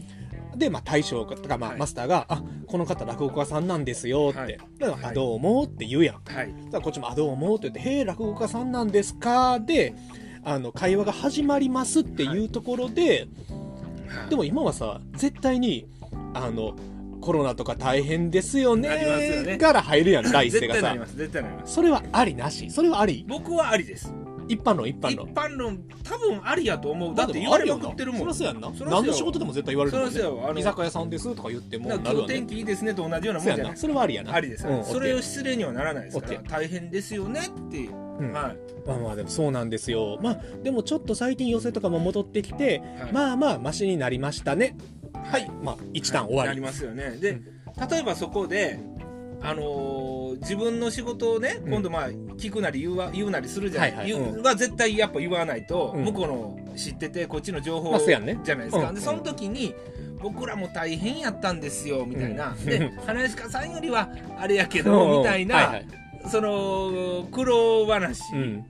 Speaker 2: で、まあ、大将とか、まあ
Speaker 1: はい
Speaker 2: マスターが「あこの方落語家さんなんですよ」って「
Speaker 1: はい
Speaker 2: だから
Speaker 1: はい
Speaker 2: あどうも」って言うやん、
Speaker 1: はい
Speaker 2: だからこっちも「あどうも」って言って「へえ落語家さんなんですか」であの会話が始まりますっていうところで、でも今はさ絶対にあのコロナとか大変ですよね
Speaker 1: なりますよね
Speaker 2: から入
Speaker 1: [LAUGHS]
Speaker 2: るやん第一
Speaker 1: 絶
Speaker 2: 声が
Speaker 1: 対な
Speaker 2: さ
Speaker 1: ります絶対なります
Speaker 2: それはありなしそれはあり
Speaker 1: 僕はありです
Speaker 2: 一般論一般
Speaker 1: 一
Speaker 2: 論
Speaker 1: 般論多分ありやと思う
Speaker 2: ま
Speaker 1: だ
Speaker 2: あ
Speaker 1: って
Speaker 2: で
Speaker 1: 言
Speaker 2: もあ
Speaker 1: われ
Speaker 2: るよ
Speaker 1: ま
Speaker 2: な
Speaker 1: くってるもん
Speaker 2: そりゃそうやんな
Speaker 1: そりゃそうやわ
Speaker 2: 何の仕事でも絶対言われるもん
Speaker 1: そりゃそうやわあの
Speaker 2: ね居酒屋ささんですとか言っても
Speaker 1: だか
Speaker 2: な
Speaker 1: ら
Speaker 2: る
Speaker 1: 今
Speaker 2: わ
Speaker 1: 日天
Speaker 2: ね
Speaker 1: 気いいですねと同じようなも
Speaker 2: そう
Speaker 1: んじ
Speaker 2: やん
Speaker 1: ゃない
Speaker 2: なそれはありやな
Speaker 1: ありです、
Speaker 2: うん
Speaker 1: それを失礼にはならないですか
Speaker 2: OK
Speaker 1: ら大変ですよねって、
Speaker 2: うん
Speaker 1: はい
Speaker 2: まあまあでもそうなんですよまあでもちょっと最近寄せとかも戻ってきて
Speaker 1: はい
Speaker 2: まあまあマシになりましたねはいまあ一段終わ
Speaker 1: なり
Speaker 2: り
Speaker 1: ますよねで、
Speaker 2: う
Speaker 1: 例えばそこであのー自分の仕事をね
Speaker 2: うん
Speaker 1: 今度まあ聞くなり言うわ言うなりするじゃない、
Speaker 2: はいはい
Speaker 1: 言う
Speaker 2: う
Speaker 1: は絶対やっぱ言わないと、
Speaker 2: うん
Speaker 1: 向こうの知っててこっちの情
Speaker 2: ま
Speaker 1: 報
Speaker 2: あそう
Speaker 1: じ
Speaker 2: や
Speaker 1: ゃ
Speaker 2: ん
Speaker 1: ない
Speaker 2: ね
Speaker 1: ですか、
Speaker 2: うん
Speaker 1: でその時に僕らも大変やったんですよみたいな、
Speaker 2: うん [LAUGHS]
Speaker 1: で花石家さんよりはあれやけ
Speaker 2: うん
Speaker 1: どみたいな、
Speaker 2: はいはい
Speaker 1: その苦労話、
Speaker 2: うん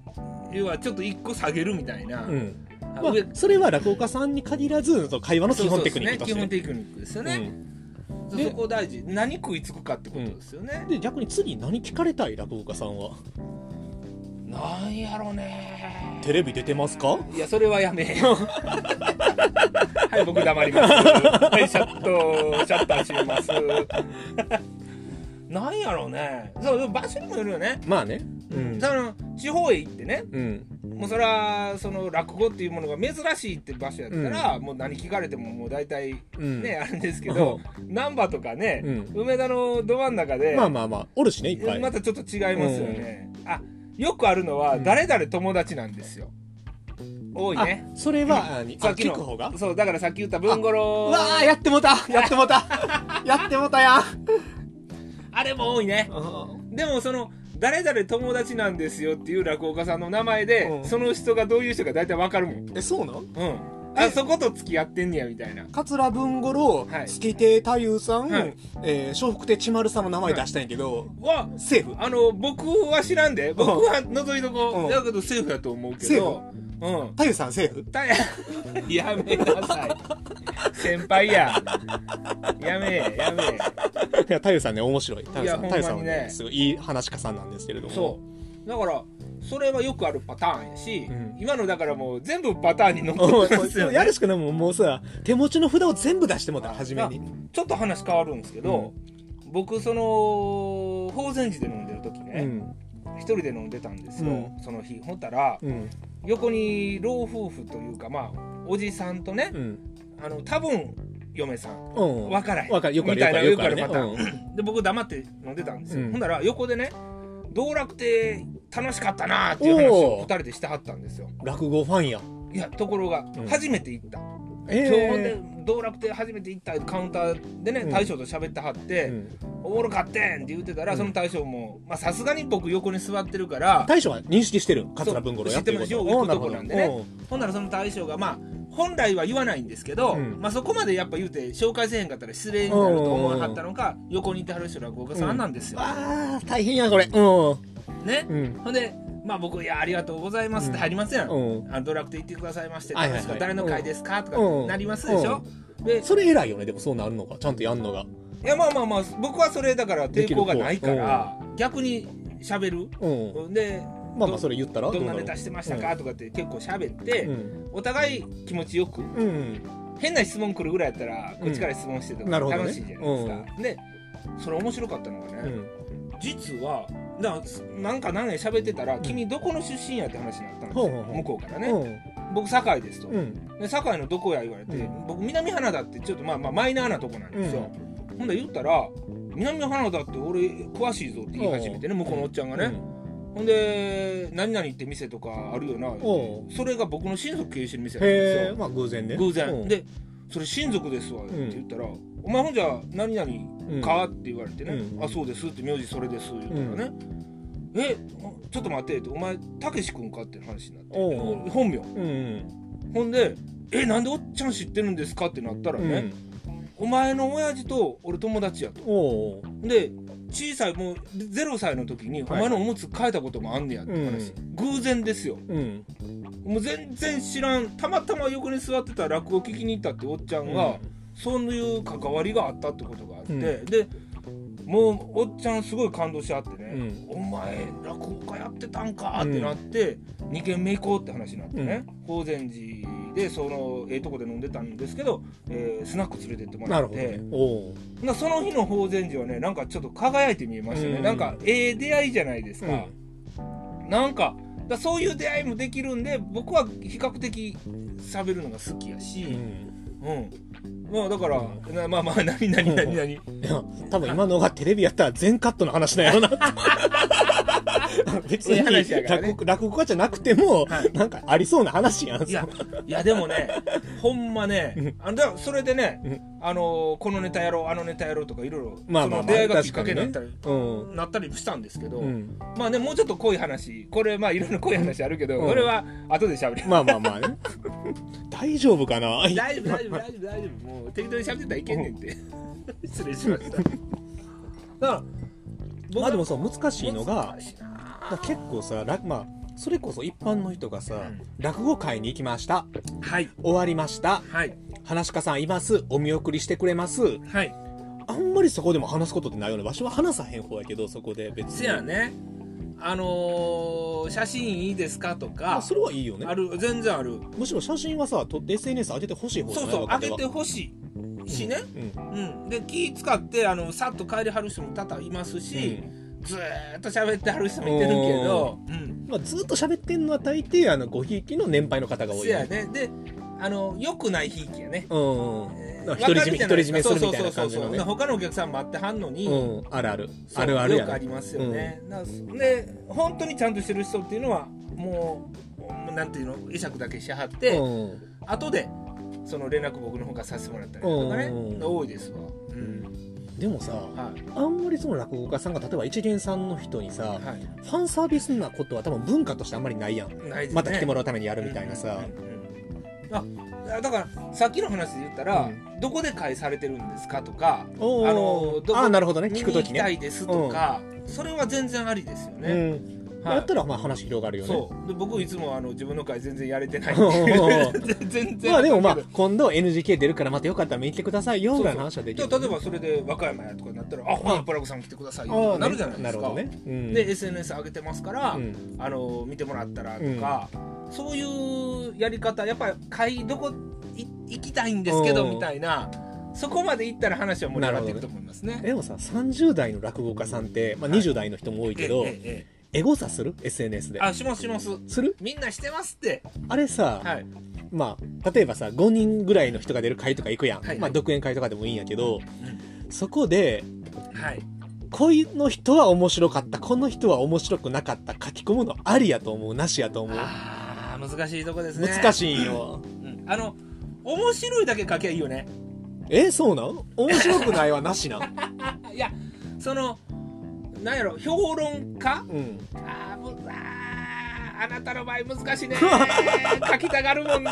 Speaker 1: 要はちょっと一個下げるみたいな、
Speaker 2: うん
Speaker 1: あ
Speaker 2: まあ
Speaker 1: 上、
Speaker 2: それは落語家さんに限らずその会話の基本テクニックとして
Speaker 1: そうそうですね基
Speaker 2: ね
Speaker 1: 本テクニックですよね、
Speaker 2: うん
Speaker 1: そこ大事何食いつくかってことですよね
Speaker 2: うん、で逆に次何聞かれたい落語家さんは
Speaker 1: なんやろね
Speaker 2: テレビ出てますか
Speaker 1: いやそれはやめ [LAUGHS] よはい僕黙りますはいシャットシャッター閉めますなんやろうねそうでも場所にもよるよね、
Speaker 2: まあねうん
Speaker 1: その地方へ行ってね
Speaker 2: うん
Speaker 1: もうそれはその落語っていうものが珍しいって場所やったら、もう何聞かれてももう大体
Speaker 2: うん
Speaker 1: ね、あれですけど難波とかね、
Speaker 2: うん
Speaker 1: 梅田のど真ん中で、
Speaker 2: まあまあまあおるしねいっぱい
Speaker 1: またちょっと違いますよね、あよくあるのは
Speaker 2: うん
Speaker 1: 誰々友達なんですよ、多い
Speaker 2: あ
Speaker 1: ね
Speaker 2: それはあ
Speaker 1: さっき
Speaker 2: 聞
Speaker 1: の
Speaker 2: く方が
Speaker 1: そうだからさっき言った文五郎
Speaker 2: うわーやってもうたやってもうたやってもうたや
Speaker 1: [LAUGHS] あれも多いねでもその誰々友達なんですよっていう落語家さんの名前で、
Speaker 2: うん
Speaker 1: その人がどういう人か大体わかるもん
Speaker 2: えそうなん
Speaker 1: うんあ
Speaker 2: え
Speaker 1: そこと付き合ってんねやみたいな
Speaker 2: 桂文五郎、
Speaker 1: はい
Speaker 2: 月亭太夫さん、
Speaker 1: はい
Speaker 2: えー笑福亭千丸さんの名前出したいんやけど、
Speaker 1: わ
Speaker 2: セーフ
Speaker 1: あの僕は知らんで僕は覗いとこ、
Speaker 2: うん
Speaker 1: だけどセーフやと思うけ
Speaker 2: セ
Speaker 1: どう
Speaker 2: ー
Speaker 1: ん
Speaker 2: 太夫さんセーフ
Speaker 1: たややめなさい先輩ややめえやめ
Speaker 2: いや太夫さんね面白い太夫さ
Speaker 1: い
Speaker 2: ん
Speaker 1: や
Speaker 2: 太夫さん
Speaker 1: ほんま
Speaker 2: は
Speaker 1: に
Speaker 2: ね
Speaker 1: ね
Speaker 2: すごいいい話し家さんなんですけれど
Speaker 1: え
Speaker 2: も
Speaker 1: そうだからそれはよくあるパターンやし、
Speaker 2: うん
Speaker 1: 今のだからもう全部パターンに乗
Speaker 2: お
Speaker 1: っ
Speaker 2: い
Speaker 1: てますよ、
Speaker 2: や
Speaker 1: ね、
Speaker 2: るしかないもんもうさ手持ちの札を全部出してもらった初めに
Speaker 1: ちょっと話変わるんですけど、僕その法善寺で飲んでる時
Speaker 2: う
Speaker 1: ね
Speaker 2: ん
Speaker 1: 一、人で飲んでたんですよ、
Speaker 2: う
Speaker 1: その日ほんたら
Speaker 2: うん
Speaker 1: 横に老夫婦というかまあおじさんとね
Speaker 2: う、ん
Speaker 1: あの多分嫁さん
Speaker 2: うん
Speaker 1: わからへん
Speaker 2: わかるよくある
Speaker 1: みたいな
Speaker 2: よくあるよ
Speaker 1: よ
Speaker 2: く
Speaker 1: く
Speaker 2: あ
Speaker 1: あ
Speaker 2: る
Speaker 1: る
Speaker 2: ね
Speaker 1: で僕黙って飲んでたんですよ、
Speaker 2: うん
Speaker 1: ほんなら横でね道楽亭楽しかったなーっていう話を
Speaker 2: おー
Speaker 1: 二人でしてはったんですよ
Speaker 2: うん落語ファンや
Speaker 1: いやところが
Speaker 2: ん
Speaker 1: 初めて行った、
Speaker 2: え
Speaker 1: 今日ほんで道楽亭初めて行ったカウンターでね、
Speaker 2: うん
Speaker 1: 大将と喋ってはって、
Speaker 2: うん
Speaker 1: おもろかってんって言ってたら、その大将もまあさすがに僕横に座ってるから
Speaker 2: 大将は認識してる桂文五郎やってること
Speaker 1: そう知ってますよ
Speaker 2: お
Speaker 1: 行
Speaker 2: う
Speaker 1: くとこなんでね
Speaker 2: るほど
Speaker 1: ほんならその大将がまあ本来は言わないんですけど、
Speaker 2: うん
Speaker 1: まあ、そこまでやっぱ言うて紹介せへんかったら失礼になると思わなかったのか横にいてはる人ら豪華さんなんです
Speaker 2: うん
Speaker 1: よ、
Speaker 2: わあ大変やこれう
Speaker 1: ね、
Speaker 2: んうん
Speaker 1: ほんで、まあ、僕、いや、ありがとうございますって入りますやん。
Speaker 2: うん
Speaker 1: あのドラフト行ってくださいまして、
Speaker 2: はいはいはい
Speaker 1: 確か誰の会ですかと
Speaker 2: う
Speaker 1: か
Speaker 2: ん
Speaker 1: なりますでしょ。で、
Speaker 2: それ偉いよねでもそうなるのかちゃんとやんのが
Speaker 1: いや、まあまあまあ、僕はそれだから
Speaker 2: でき
Speaker 1: 抵
Speaker 2: る
Speaker 1: 抗がないから、逆に喋る。
Speaker 2: うん
Speaker 1: で、
Speaker 2: まあまあそれ言ったら
Speaker 1: どんな
Speaker 2: う
Speaker 1: ネ
Speaker 2: る
Speaker 1: タしてましたかとかって結構喋っ
Speaker 2: う
Speaker 1: て、
Speaker 2: ん
Speaker 1: お互い気持ちよく、
Speaker 2: うん
Speaker 1: 変な質問来るぐらいやったら、こっちから質問してと
Speaker 2: な
Speaker 1: か
Speaker 2: るほどね
Speaker 1: 楽しいじゃないですか。で、それ面白かったのが
Speaker 2: う
Speaker 1: ね、
Speaker 2: ん
Speaker 1: 実は、ななんか何年喋ってたら、君どこの出身やって話になったんです
Speaker 2: ほ
Speaker 1: よ。
Speaker 2: うほうほう
Speaker 1: 向こうから
Speaker 2: う
Speaker 1: ね。
Speaker 2: ん
Speaker 1: 僕、堺ですと
Speaker 2: う。ん
Speaker 1: で堺のどこや言われて、
Speaker 2: うん
Speaker 1: 僕南花田ってちょっとまあまあマイナーなとこなんですよ、ほんで言ったら「南花田って俺詳しいぞ」って言い始めてね
Speaker 2: おう
Speaker 1: 向こうのおっちゃんが
Speaker 2: う
Speaker 1: ね、
Speaker 2: ん
Speaker 1: ほんで「何々って店とかあるよな」
Speaker 2: おう
Speaker 1: それが僕の親族経営してる店なんです
Speaker 2: へえ
Speaker 1: よ
Speaker 2: まあ偶然ね
Speaker 1: 偶
Speaker 2: うん
Speaker 1: 然で「それ親族ですわ」って言ったら「お前ほんじゃ何々か?」って言われてね
Speaker 2: う
Speaker 1: 「
Speaker 2: ん
Speaker 1: あそうです」って名字それです言ったらね「えちょっと待って」って「お前たけし君か?」って話になって
Speaker 2: おう
Speaker 1: 本名
Speaker 2: うん
Speaker 1: ほんで「えなんでおっちゃん知ってるんですか?」ってなったら
Speaker 2: うん
Speaker 1: ね、お前の親父と俺友達やと
Speaker 2: おう
Speaker 1: で小さいもう0歳の時にお
Speaker 2: はい
Speaker 1: 前のおむつ変えたこともあんねやって話、偶然ですよ
Speaker 2: うん
Speaker 1: もう全然知らんたまたま横に座ってた落語聞きに行ったっておっちゃんが、そういう関わりがあったってことがあって、
Speaker 2: うん
Speaker 1: でもうおっちゃんすごい感動しちゃってね、
Speaker 2: うん
Speaker 1: お前落語家やってたんかってなって、二2軒目行こうって話になってね、法善寺でそのええとこで飲んでたんですけど、えースナック連れてっても
Speaker 2: な
Speaker 1: ら
Speaker 2: る
Speaker 1: っ
Speaker 2: ほ
Speaker 1: て
Speaker 2: どねおう
Speaker 1: なその日の法善寺はねなんかちょっと輝いて見えましたね、
Speaker 2: うん
Speaker 1: なんかええ出会いじゃないですか、なんかだそういう出会いもできるんで僕は比較的喋るのが好きやし、
Speaker 2: うん
Speaker 1: うん。まあだから、なまあまあ、何何何 [LAUGHS] 何。
Speaker 2: いや多分今のがテレビやったら全カットの話だよな別
Speaker 1: ええ
Speaker 2: に
Speaker 1: 話やからね
Speaker 2: 落語落語家じゃなくても、
Speaker 1: はい
Speaker 2: なんかありそうな話やん
Speaker 1: いや、いやでもね、ほんまね、あのだからそれで
Speaker 2: う
Speaker 1: ね
Speaker 2: ん、
Speaker 1: あのこのネタやろう、あのネタやろうとかいろいろ、そ
Speaker 2: まあまあまあ
Speaker 1: の出会いがきっかけになったり、
Speaker 2: うん
Speaker 1: なったりしたんですけど、
Speaker 2: うん
Speaker 1: まあね、もうちょっと濃い話、これまあいろいろ濃い話あるけど、
Speaker 2: うん
Speaker 1: これは後で喋る。
Speaker 2: まあまあまあね大丈夫かな
Speaker 1: [LAUGHS] 大丈夫大丈夫大丈夫大丈夫もう適当に喋ってたらいけんねんって。失礼しま [LAUGHS] した。だから、
Speaker 2: まあでも
Speaker 1: そ
Speaker 2: そう難しいのがだから
Speaker 1: は
Speaker 2: 結構さ、らまあ、それこそ一般の人がさ、
Speaker 1: うん
Speaker 2: 落語会に行きました
Speaker 1: い、
Speaker 2: 終わりました
Speaker 1: はい、
Speaker 2: 話し家さんいますお見送りしてくれます
Speaker 1: はい。
Speaker 2: あんまりそこでも話すことってないよねわしは話さへん方やけどそこで別に
Speaker 1: せやねあのー写真いいですかと
Speaker 2: ま
Speaker 1: か
Speaker 2: あ、それはいいよね
Speaker 1: ある全然ある
Speaker 2: むしろ写真はさ撮って SNS 上げてほしい方じ
Speaker 1: そ
Speaker 2: ゃ
Speaker 1: う
Speaker 2: ない
Speaker 1: そう
Speaker 2: わ
Speaker 1: 上
Speaker 2: け
Speaker 1: げ
Speaker 2: では
Speaker 1: てほしいしね、
Speaker 2: うんうん
Speaker 1: うん、で気使ってあのさっと帰りはる人も多々いますし、ずーっと喋ってはる人もいてるけど、うん、
Speaker 2: まあ、ずっと喋ってんのは大抵あのごひいきの年配の方が多い
Speaker 1: せやねであのよくないひいきやね
Speaker 2: うんうん
Speaker 1: えー
Speaker 2: だから独り占め
Speaker 1: わかるじゃな
Speaker 2: 独り占め
Speaker 1: いですか
Speaker 2: るみたいな感じの
Speaker 1: そ
Speaker 2: ね
Speaker 1: うそうそうそうで他のお客さん待ってはんのに、
Speaker 2: うんあるある
Speaker 1: そう
Speaker 2: あるあるや
Speaker 1: よくあ
Speaker 2: ね
Speaker 1: りますよね、なんかそで本当にちゃんとしてる人っていうのはもうなんていうの会釈だけしはって、
Speaker 2: うん
Speaker 1: 後でその連絡僕の方からさせてもらったりとかね、
Speaker 2: うん
Speaker 1: 多いですわ、うん
Speaker 2: でもさ
Speaker 1: はい
Speaker 2: あんまりその落語家さんが例えば一元さんの人にさ、
Speaker 1: はい
Speaker 2: ファンサービスなことは多分文化としてあんまりないやん、
Speaker 1: ないですね
Speaker 2: また来てもらうためにやるみたいなさ、
Speaker 1: うんうんうんあだからさっきの話で言ったら、
Speaker 2: う
Speaker 1: どこで返されてるんですかとか
Speaker 2: おー
Speaker 1: あのどこ
Speaker 2: あーなるほどね
Speaker 1: 見に
Speaker 2: 聞く
Speaker 1: 行
Speaker 2: 時
Speaker 1: きた
Speaker 2: ね
Speaker 1: いですとか、それは全然ありですよ
Speaker 2: う
Speaker 1: ね、
Speaker 2: ん
Speaker 1: はい
Speaker 2: やったらまあ話広がるよね
Speaker 1: そうで僕いつもあの自分の会全然やれてないって
Speaker 2: お
Speaker 1: い
Speaker 2: ー
Speaker 1: う全然
Speaker 2: まあでもまあ今度 NGK 出るからまたよかったら見に来てくださいよぐらいの話はでき
Speaker 1: じゃ
Speaker 2: る
Speaker 1: あ例えばそれで和歌山やとかになったら「あほらプラグさん来てくださいよ」
Speaker 2: あ
Speaker 1: と
Speaker 2: あ
Speaker 1: かなるじゃないで
Speaker 2: な
Speaker 1: す
Speaker 2: る
Speaker 1: か
Speaker 2: ほどね、うん、
Speaker 1: で SNS 上げてますから、
Speaker 2: うん
Speaker 1: あの見てもらったらとか、そういうやり方やっぱり会どこい行きたいんですけど
Speaker 2: うん
Speaker 1: みたいなそこまで行ったら話は盛り上がっていくと思いますね。
Speaker 2: でもさ30代の落語家さんって、まあ、20代の人も多いけど、
Speaker 1: ええええ
Speaker 2: エゴサする SNS で
Speaker 1: あしますします
Speaker 2: する
Speaker 1: みんなしてますって、
Speaker 2: あれさ、
Speaker 1: はい、
Speaker 2: まあ例えばさ5人ぐらいの人が出る会とか行くやん、
Speaker 1: はいはい
Speaker 2: まあ、独演会とかでもいいんやけど、そこで
Speaker 1: はい、
Speaker 2: この人は面白かったこの人は面白くなかった書き込むのありやと思うなしやと思う
Speaker 1: あー難しいとこですね
Speaker 2: 難
Speaker 1: い、
Speaker 2: しいんよ
Speaker 1: うんあの面白いだけ書きゃいいよね
Speaker 2: えそうなん面白くないはな
Speaker 1: [LAUGHS]
Speaker 2: しなん
Speaker 1: あいやそのなんやろ評論家
Speaker 2: うん
Speaker 1: あーむあーあなたの場合難
Speaker 2: [LAUGHS]
Speaker 1: しいね書きたがるもんね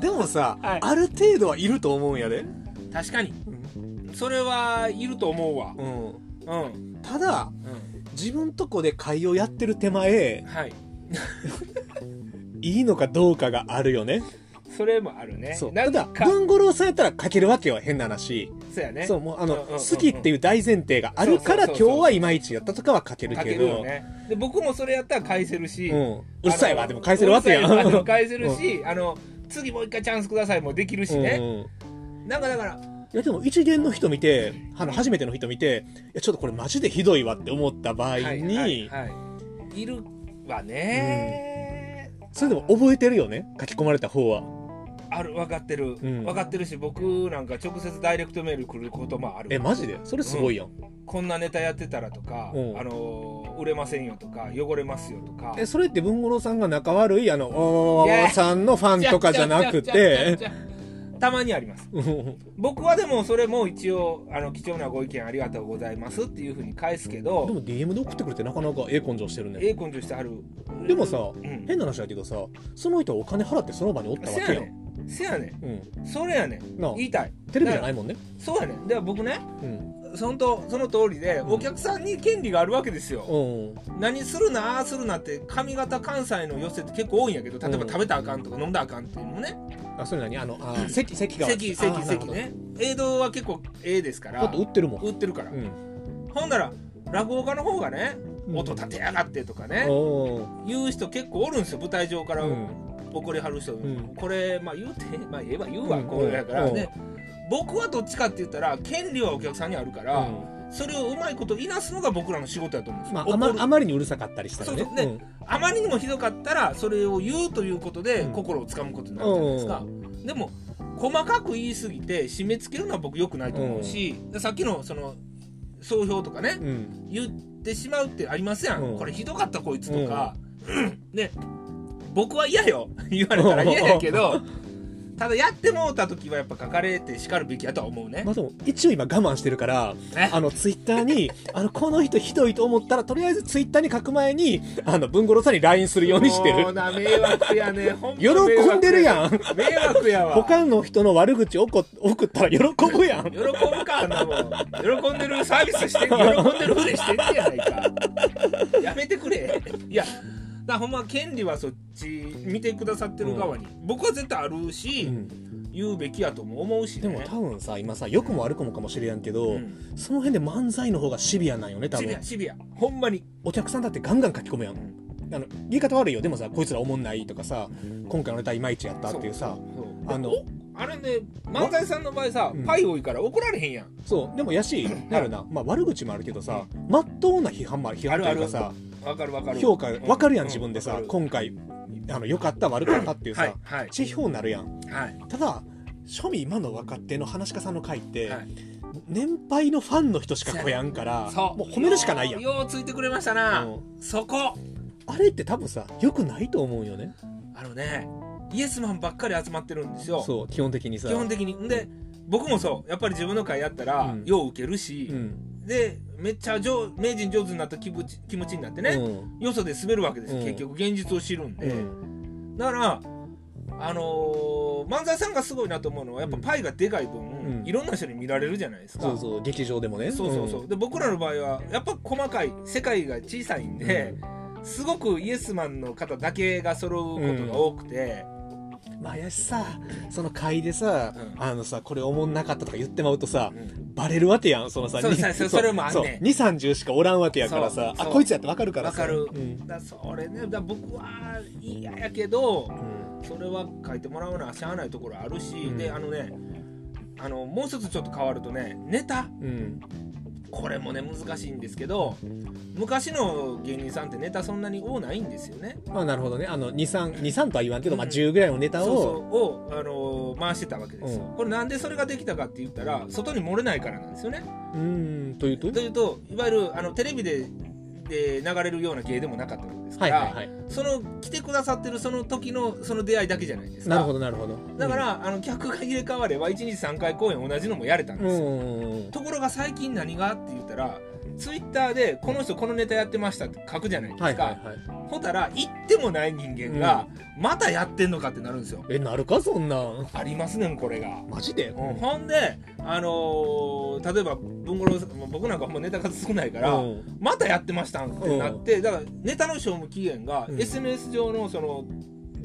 Speaker 2: でもさ、
Speaker 1: はい
Speaker 2: ある程度はいると思うんやで
Speaker 1: 確かに
Speaker 2: う
Speaker 1: それはいると思うわ
Speaker 2: ん
Speaker 1: うん、
Speaker 2: ただ
Speaker 1: う
Speaker 2: 自分とこで会をやってる手前
Speaker 1: ん、はい
Speaker 2: いいのかどうかがあるよね
Speaker 1: それもあるね
Speaker 2: そう
Speaker 1: な
Speaker 2: た
Speaker 1: ん
Speaker 2: だ
Speaker 1: か
Speaker 2: 文五郎さんやったら書けるわけは変な話
Speaker 1: そうやね
Speaker 2: そうもうあ
Speaker 1: うん
Speaker 2: の
Speaker 1: うんうんうん
Speaker 2: 好きっていう大前提があるから
Speaker 1: そう
Speaker 2: 今
Speaker 1: そうそ
Speaker 2: 日
Speaker 1: うそう
Speaker 2: はいまいちやったとかは書ける
Speaker 1: 書け
Speaker 2: け
Speaker 1: るよ
Speaker 2: ど
Speaker 1: ねで僕もそれやったら返せるし、
Speaker 2: う
Speaker 1: あの
Speaker 2: んうっさいわでも返せるわけや
Speaker 1: うるさいわ
Speaker 2: ん [LAUGHS]
Speaker 1: でも返せるし、あの次もう一回チャンスくださいもできるし
Speaker 2: う
Speaker 1: ね、
Speaker 2: んうん
Speaker 1: なんかだから
Speaker 2: いやでも一元の人見てあの初めての人見ていやちょっとこれマジでひどいわって思った場合に、
Speaker 1: はいはいはい、いるわね、
Speaker 2: それでも覚えてるよね書き込まれた方は
Speaker 1: ある分かってる、
Speaker 2: うん
Speaker 1: 分かってるし僕なんか直接ダイレクトメール来ることもある
Speaker 2: えマジでそれすごいやん、
Speaker 1: こんなネタやってたらとか、
Speaker 2: うん
Speaker 1: あのー売れませんよとか汚れますよとか
Speaker 2: えそれって文五郎さんが仲悪いあのお
Speaker 1: いや
Speaker 2: ーさんのファンとかじゃなくて
Speaker 1: たまにあります僕はでもそれも一応あの貴重なご意見ありがとうございますっていうふうに返すけ
Speaker 2: うん [LAUGHS] で
Speaker 1: ど
Speaker 2: も DM で送ってくれてなかなかええ根性してるね
Speaker 1: ええ根性してはる
Speaker 2: でもさ
Speaker 1: うん
Speaker 2: 変な話だけどさその人はお金払ってその場におったわ
Speaker 1: せ
Speaker 2: け
Speaker 1: や
Speaker 2: や
Speaker 1: ね
Speaker 2: ん
Speaker 1: んせやね
Speaker 2: うん
Speaker 1: んそれやねん
Speaker 2: なあ
Speaker 1: 言いたい
Speaker 2: テレビじゃないいもんね
Speaker 1: そうやねんで僕ね
Speaker 2: うん
Speaker 1: そのとその通りで
Speaker 2: うん
Speaker 1: お客さんに権利があるわけですよ、
Speaker 2: うん
Speaker 1: 何するなああするなって髪型関西の寄せって結構多いんやけど例え
Speaker 2: う
Speaker 1: ば
Speaker 2: ん
Speaker 1: 食べたらあかんとか飲んだらあかんっていうのもね
Speaker 2: あそれ何あのあ席席が
Speaker 1: 席
Speaker 2: あ
Speaker 1: 席
Speaker 2: なるほ
Speaker 1: 席
Speaker 2: ど
Speaker 1: ね映像は結構ええですか
Speaker 2: だ
Speaker 1: ら
Speaker 2: って売ってるもん
Speaker 1: 売ってるから、
Speaker 2: うん
Speaker 1: ほんなら落語家の方がね
Speaker 2: うん
Speaker 1: 音立てやがってとかね、
Speaker 2: お
Speaker 1: 言う人結構おるんですよ舞台上から
Speaker 2: うん
Speaker 1: 怒りはる人、
Speaker 2: ん
Speaker 1: これまあ言うて [LAUGHS] まあ言えば言うわ、
Speaker 2: うん
Speaker 1: これやから、
Speaker 2: うん
Speaker 1: ね僕はどっちかって言ったら権利はお客さんにあるから、
Speaker 2: ー
Speaker 1: それをうまいこといなすのが僕らの仕事やと思うんですよ
Speaker 2: ま、あ
Speaker 1: 怒
Speaker 2: あま
Speaker 1: る
Speaker 2: あまりにうるさかったりしたらね
Speaker 1: そうそうねあまりにもひどかったらそれを言うということで
Speaker 2: うん
Speaker 1: 心をつかむことになるじゃないですか、でも細かく言いすぎて締め付けるのは僕良くないと思うし、でさっきのその総評とかね
Speaker 2: うんうん
Speaker 1: 言ってしまうってありますやん、
Speaker 2: うん
Speaker 1: これひどかったこいつとか、ね僕は嫌よ [LAUGHS] 言われたら嫌やけどただやってもうた時はやっぱ書かれてしかるべきやとは思うね
Speaker 2: まあ、でも一応今我慢してるから
Speaker 1: ね
Speaker 2: あのツイッターにあのこの人ひどいと思ったらとりあえずツイッターに書く前にあの文五郎さんに LINE するようにして
Speaker 1: もう
Speaker 2: る
Speaker 1: な迷惑やねほんま迷
Speaker 2: 喜
Speaker 1: 惑
Speaker 2: んでるやん
Speaker 1: 迷惑やわ
Speaker 2: 他の人の悪口をこ送ったら喜ぶやん
Speaker 1: 喜ぶかあんなもん喜んでるサービスしてん喜んでるふりしてんねやないかやめてくれいやだからほんま権利はそっち見てくださってる側に、僕は絶対あるし、
Speaker 2: うん
Speaker 1: 言うべきやとも思うし、ね、
Speaker 2: でも多分さ今さ良くも悪くもかもしれやんけ
Speaker 1: う
Speaker 2: ど、
Speaker 1: ん
Speaker 2: その辺で漫才の方がシビアなんよね多
Speaker 1: シビ
Speaker 2: 分
Speaker 1: アシビアほんまに
Speaker 2: お客さんだってガンガン書き込むやん、あの言い方悪いよでもさこいつらおもんないとかさ今回のネタいまいちやったっていうさ
Speaker 1: そう
Speaker 2: あの
Speaker 1: おあれね漫才さんの場合さ
Speaker 2: うん
Speaker 1: パイ多いから怒られへんやん
Speaker 2: そうでもやしなるな、まあ、悪口もあるけどさまっとうな批判もある批判というかさ
Speaker 1: わかるわかる
Speaker 2: 評価分かるやん、
Speaker 1: う
Speaker 2: 自分で
Speaker 1: わ
Speaker 2: さ、
Speaker 1: かる
Speaker 2: 今回あの良かった悪かったっていうさ、
Speaker 1: はいはい
Speaker 2: 地方になるやん
Speaker 1: はい
Speaker 2: ただ庶民今の若手の話し家さんの会って、
Speaker 1: はい
Speaker 2: 年配のファンの人しか来やんから
Speaker 1: そう
Speaker 2: もう褒めるしかないやん、
Speaker 1: ようようついてくれましたな、
Speaker 2: うん
Speaker 1: そこ
Speaker 2: あれって多分さ良くないと思うよね
Speaker 1: あのねイエスマンばっかり集まってるんですよ
Speaker 2: そう基本的にさ
Speaker 1: 基本的にんで僕もそうやっぱり自分の会やったら、
Speaker 2: うん
Speaker 1: よう受けるし
Speaker 2: う、ん
Speaker 1: でめっちゃ上名人上手になった気持ち気持ちになってね、
Speaker 2: うん
Speaker 1: よそで滑るわけですよ、
Speaker 2: うん
Speaker 1: 結局現実を知るん
Speaker 2: う
Speaker 1: で、
Speaker 2: ん
Speaker 1: だからあのー漫才さんがすごいなと思うのはやっぱパイがでかい分、
Speaker 2: うん
Speaker 1: いろんな人に見られるじゃないですか、
Speaker 2: そうそう劇場でもね
Speaker 1: そうそうそうで僕らの場合はやっぱ細かい世界が小さいん
Speaker 2: うん
Speaker 1: で、すごくイエスマンの方だけが揃うことが多くて、
Speaker 2: まあやしさその会でさ、
Speaker 1: うん
Speaker 2: あのさこれおもんなかったとか言ってまうとさ、
Speaker 1: うん
Speaker 2: バレるわけやんそのさ
Speaker 1: そうそうそうそれもあんねん
Speaker 2: 2三3 0しかおらんわけやからさ
Speaker 1: そ
Speaker 2: あ
Speaker 1: うそう
Speaker 2: こいつやってわかるからさ
Speaker 1: わかる
Speaker 2: うん
Speaker 1: だそれねだから僕は嫌やけどそれは書いてもらうのはしゃあないところあるし、
Speaker 2: うん
Speaker 1: であのねあのもう一つちょっと変わるとねネタ
Speaker 2: うん
Speaker 1: これもね難しいんですけど昔の芸人さんってネタそんなに多ないんですよね。
Speaker 2: まあなるほどねあの23とは言わんけど、まあ、
Speaker 1: うん
Speaker 2: 10ぐらいのネタ
Speaker 1: そう
Speaker 2: を
Speaker 1: そうを、あのー回してたわけですよ、
Speaker 2: う
Speaker 1: これなんでそれができたかって言ったら外に漏れないからなんですよね。
Speaker 2: うーんというと
Speaker 1: というといわゆるあのテレビでで流れるような芸でもなかったわけですか
Speaker 2: はい
Speaker 1: ら、
Speaker 2: はいはい
Speaker 1: その来てくださってるその時のその出会いだけじゃないですか。
Speaker 2: なるほどなるほど
Speaker 1: だから、あの客が入れ替われば1日3回公演同じのもやれたん
Speaker 2: う
Speaker 1: ですよ、
Speaker 2: ん
Speaker 1: ところが最近何がって言ったらツイッターで「この人このネタやってました」って書くじゃないですか、
Speaker 2: はいはいはい
Speaker 1: ほたら行ってもない人間が、またやってんのかってなるんですよ
Speaker 2: えなるかそんなん
Speaker 1: ありますねんこれが、
Speaker 2: マジで、
Speaker 1: うんほんであのー例えば文五郎さんもう僕なんかほんまネタ数少ないから、
Speaker 2: うん
Speaker 1: またやってましたんってなって、だからネタの賞味期限が
Speaker 2: うん
Speaker 1: SNS 上のその